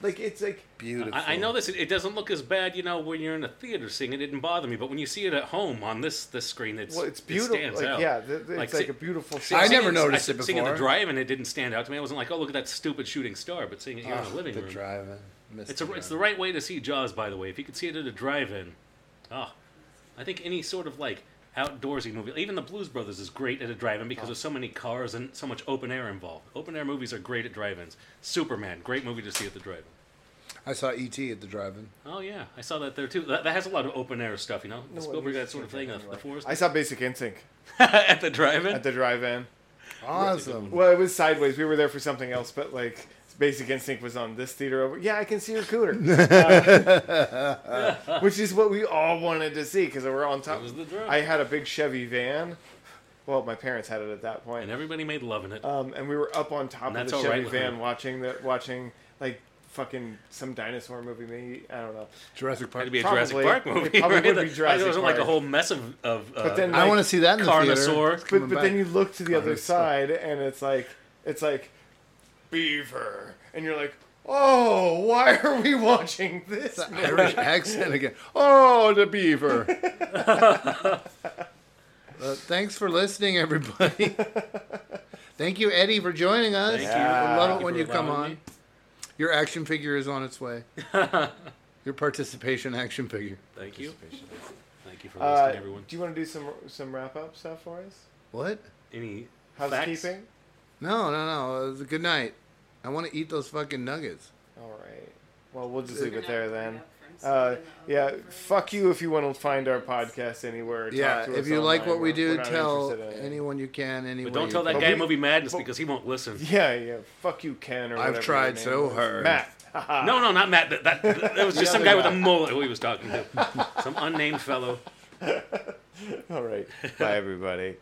[SPEAKER 2] Like, it's like
[SPEAKER 1] Beautiful.
[SPEAKER 3] I, I know this. It, it doesn't look as bad, you know, when you're in a theater seeing it. It didn't bother me, but when you see it at home on this this screen, it's
[SPEAKER 2] Well, it's
[SPEAKER 3] It
[SPEAKER 2] beautiful.
[SPEAKER 3] stands
[SPEAKER 2] Like,
[SPEAKER 3] out.
[SPEAKER 2] yeah, th- th- it's like
[SPEAKER 3] see-
[SPEAKER 2] a beautiful
[SPEAKER 3] see-
[SPEAKER 2] shot.
[SPEAKER 1] I
[SPEAKER 3] seeing
[SPEAKER 1] never noticed
[SPEAKER 3] I-
[SPEAKER 1] it
[SPEAKER 3] Seeing the
[SPEAKER 1] before.
[SPEAKER 3] drive, and it didn't stand out to me. I wasn't like, oh, look at that stupid shooting star. But seeing it here in the
[SPEAKER 1] Ugh,
[SPEAKER 3] living
[SPEAKER 1] Ah, the
[SPEAKER 3] room,
[SPEAKER 1] drive-in. Missed
[SPEAKER 3] it's a,
[SPEAKER 1] the
[SPEAKER 3] it's the right way to see Jaws. By the way, if you could see it at a drive-in, oh, I think any sort of like outdoorsy movie, even the Blues Brothers is great at a drive-in because there's so many cars and so much open air involved. Open air movies are great at drive-ins. Superman, great movie to see at the drive-in.
[SPEAKER 1] I saw E.T. at the drive-in.
[SPEAKER 3] Oh yeah, I saw that there too. That, that has a lot of open air stuff, you know.
[SPEAKER 2] No,
[SPEAKER 3] Spielberg
[SPEAKER 2] it
[SPEAKER 3] that
[SPEAKER 2] was
[SPEAKER 3] sort of thing. The, the forest
[SPEAKER 2] I saw Basic Instinct
[SPEAKER 3] at the drive-in.
[SPEAKER 2] at the drive-in.
[SPEAKER 1] Awesome.
[SPEAKER 2] Well, it was sideways. We were there for something else, but like Basic Instinct was on this theater over. Yeah, I can see your cooter, Uh, which is what we all wanted to see because we're on top.
[SPEAKER 3] It was the drive.
[SPEAKER 2] I had a big Chevy van. Well, my parents had it at that point,
[SPEAKER 3] and everybody made love in it.
[SPEAKER 2] um, and we were up on top
[SPEAKER 3] And
[SPEAKER 2] of
[SPEAKER 3] that's
[SPEAKER 2] the
[SPEAKER 3] all
[SPEAKER 2] Chevy
[SPEAKER 3] right with
[SPEAKER 2] van
[SPEAKER 3] me.
[SPEAKER 2] watching the watching like fucking some dinosaur movie. Maybe I don't know.
[SPEAKER 1] Jurassic Park.
[SPEAKER 3] Had to be a
[SPEAKER 2] probably-
[SPEAKER 3] Jurassic Park
[SPEAKER 2] it
[SPEAKER 3] movie.
[SPEAKER 2] probably
[SPEAKER 3] right?
[SPEAKER 2] would be
[SPEAKER 3] That-
[SPEAKER 2] Jurassic
[SPEAKER 3] There was like a
[SPEAKER 2] Park.
[SPEAKER 3] whole mess of of. Uh,
[SPEAKER 2] But then,
[SPEAKER 1] I
[SPEAKER 2] like,
[SPEAKER 1] want to see that in the
[SPEAKER 3] Carnosaur.
[SPEAKER 1] theater.
[SPEAKER 2] But, but
[SPEAKER 1] back.
[SPEAKER 2] then you look to the other
[SPEAKER 1] Carnosaur.
[SPEAKER 2] side, and it's like it's like beaver, and you're like, oh, why are we watching this? movie?"
[SPEAKER 1] Irish accent again. Oh, the beaver. Uh, thanks for listening, everybody. Thank you, Eddie, for joining us.
[SPEAKER 3] Thank you. Yeah.
[SPEAKER 1] I love
[SPEAKER 3] Thank
[SPEAKER 1] it
[SPEAKER 3] you
[SPEAKER 1] when
[SPEAKER 3] for
[SPEAKER 1] you come
[SPEAKER 3] allowing
[SPEAKER 1] on.
[SPEAKER 3] me.
[SPEAKER 1] Your action figure is on its way. Your participation action figure.
[SPEAKER 3] Thank you. Thank you for
[SPEAKER 2] Uh,
[SPEAKER 3] listening, everyone.
[SPEAKER 2] do you want to do some some wrap up stuff for us?
[SPEAKER 1] What?
[SPEAKER 3] Any facts?
[SPEAKER 2] Housekeeping.
[SPEAKER 1] No, no, no. It was a good night. I want to eat those fucking nuggets.
[SPEAKER 2] All right. Well, we'll just leave it
[SPEAKER 4] Not
[SPEAKER 2] there
[SPEAKER 4] right
[SPEAKER 2] then.
[SPEAKER 4] up front,
[SPEAKER 2] Uh,
[SPEAKER 4] so we're not
[SPEAKER 2] yeah,
[SPEAKER 4] up front.
[SPEAKER 2] fuck you if you want to find our podcast anywhere. or talk
[SPEAKER 1] yeah,
[SPEAKER 2] to
[SPEAKER 1] if
[SPEAKER 2] us
[SPEAKER 1] you like
[SPEAKER 2] online.
[SPEAKER 1] what we
[SPEAKER 2] We're- we're
[SPEAKER 1] do,
[SPEAKER 2] not
[SPEAKER 1] tell
[SPEAKER 2] interested in it.
[SPEAKER 1] anyone you can. Anyone.
[SPEAKER 3] But don't tell that
[SPEAKER 2] But
[SPEAKER 3] guy
[SPEAKER 2] we-
[SPEAKER 3] Movie Madness
[SPEAKER 2] but-
[SPEAKER 3] because he won't listen.
[SPEAKER 2] Yeah, yeah. Fuck you, Ken. Or whatever
[SPEAKER 1] I've
[SPEAKER 2] your
[SPEAKER 1] tried
[SPEAKER 2] name
[SPEAKER 1] so
[SPEAKER 2] is.
[SPEAKER 1] hard.
[SPEAKER 2] Matt.
[SPEAKER 3] No, no, not Matt. That, that, that was just some guy with a mullet who he was talking to. Some unnamed fellow.
[SPEAKER 2] All right. Bye, everybody.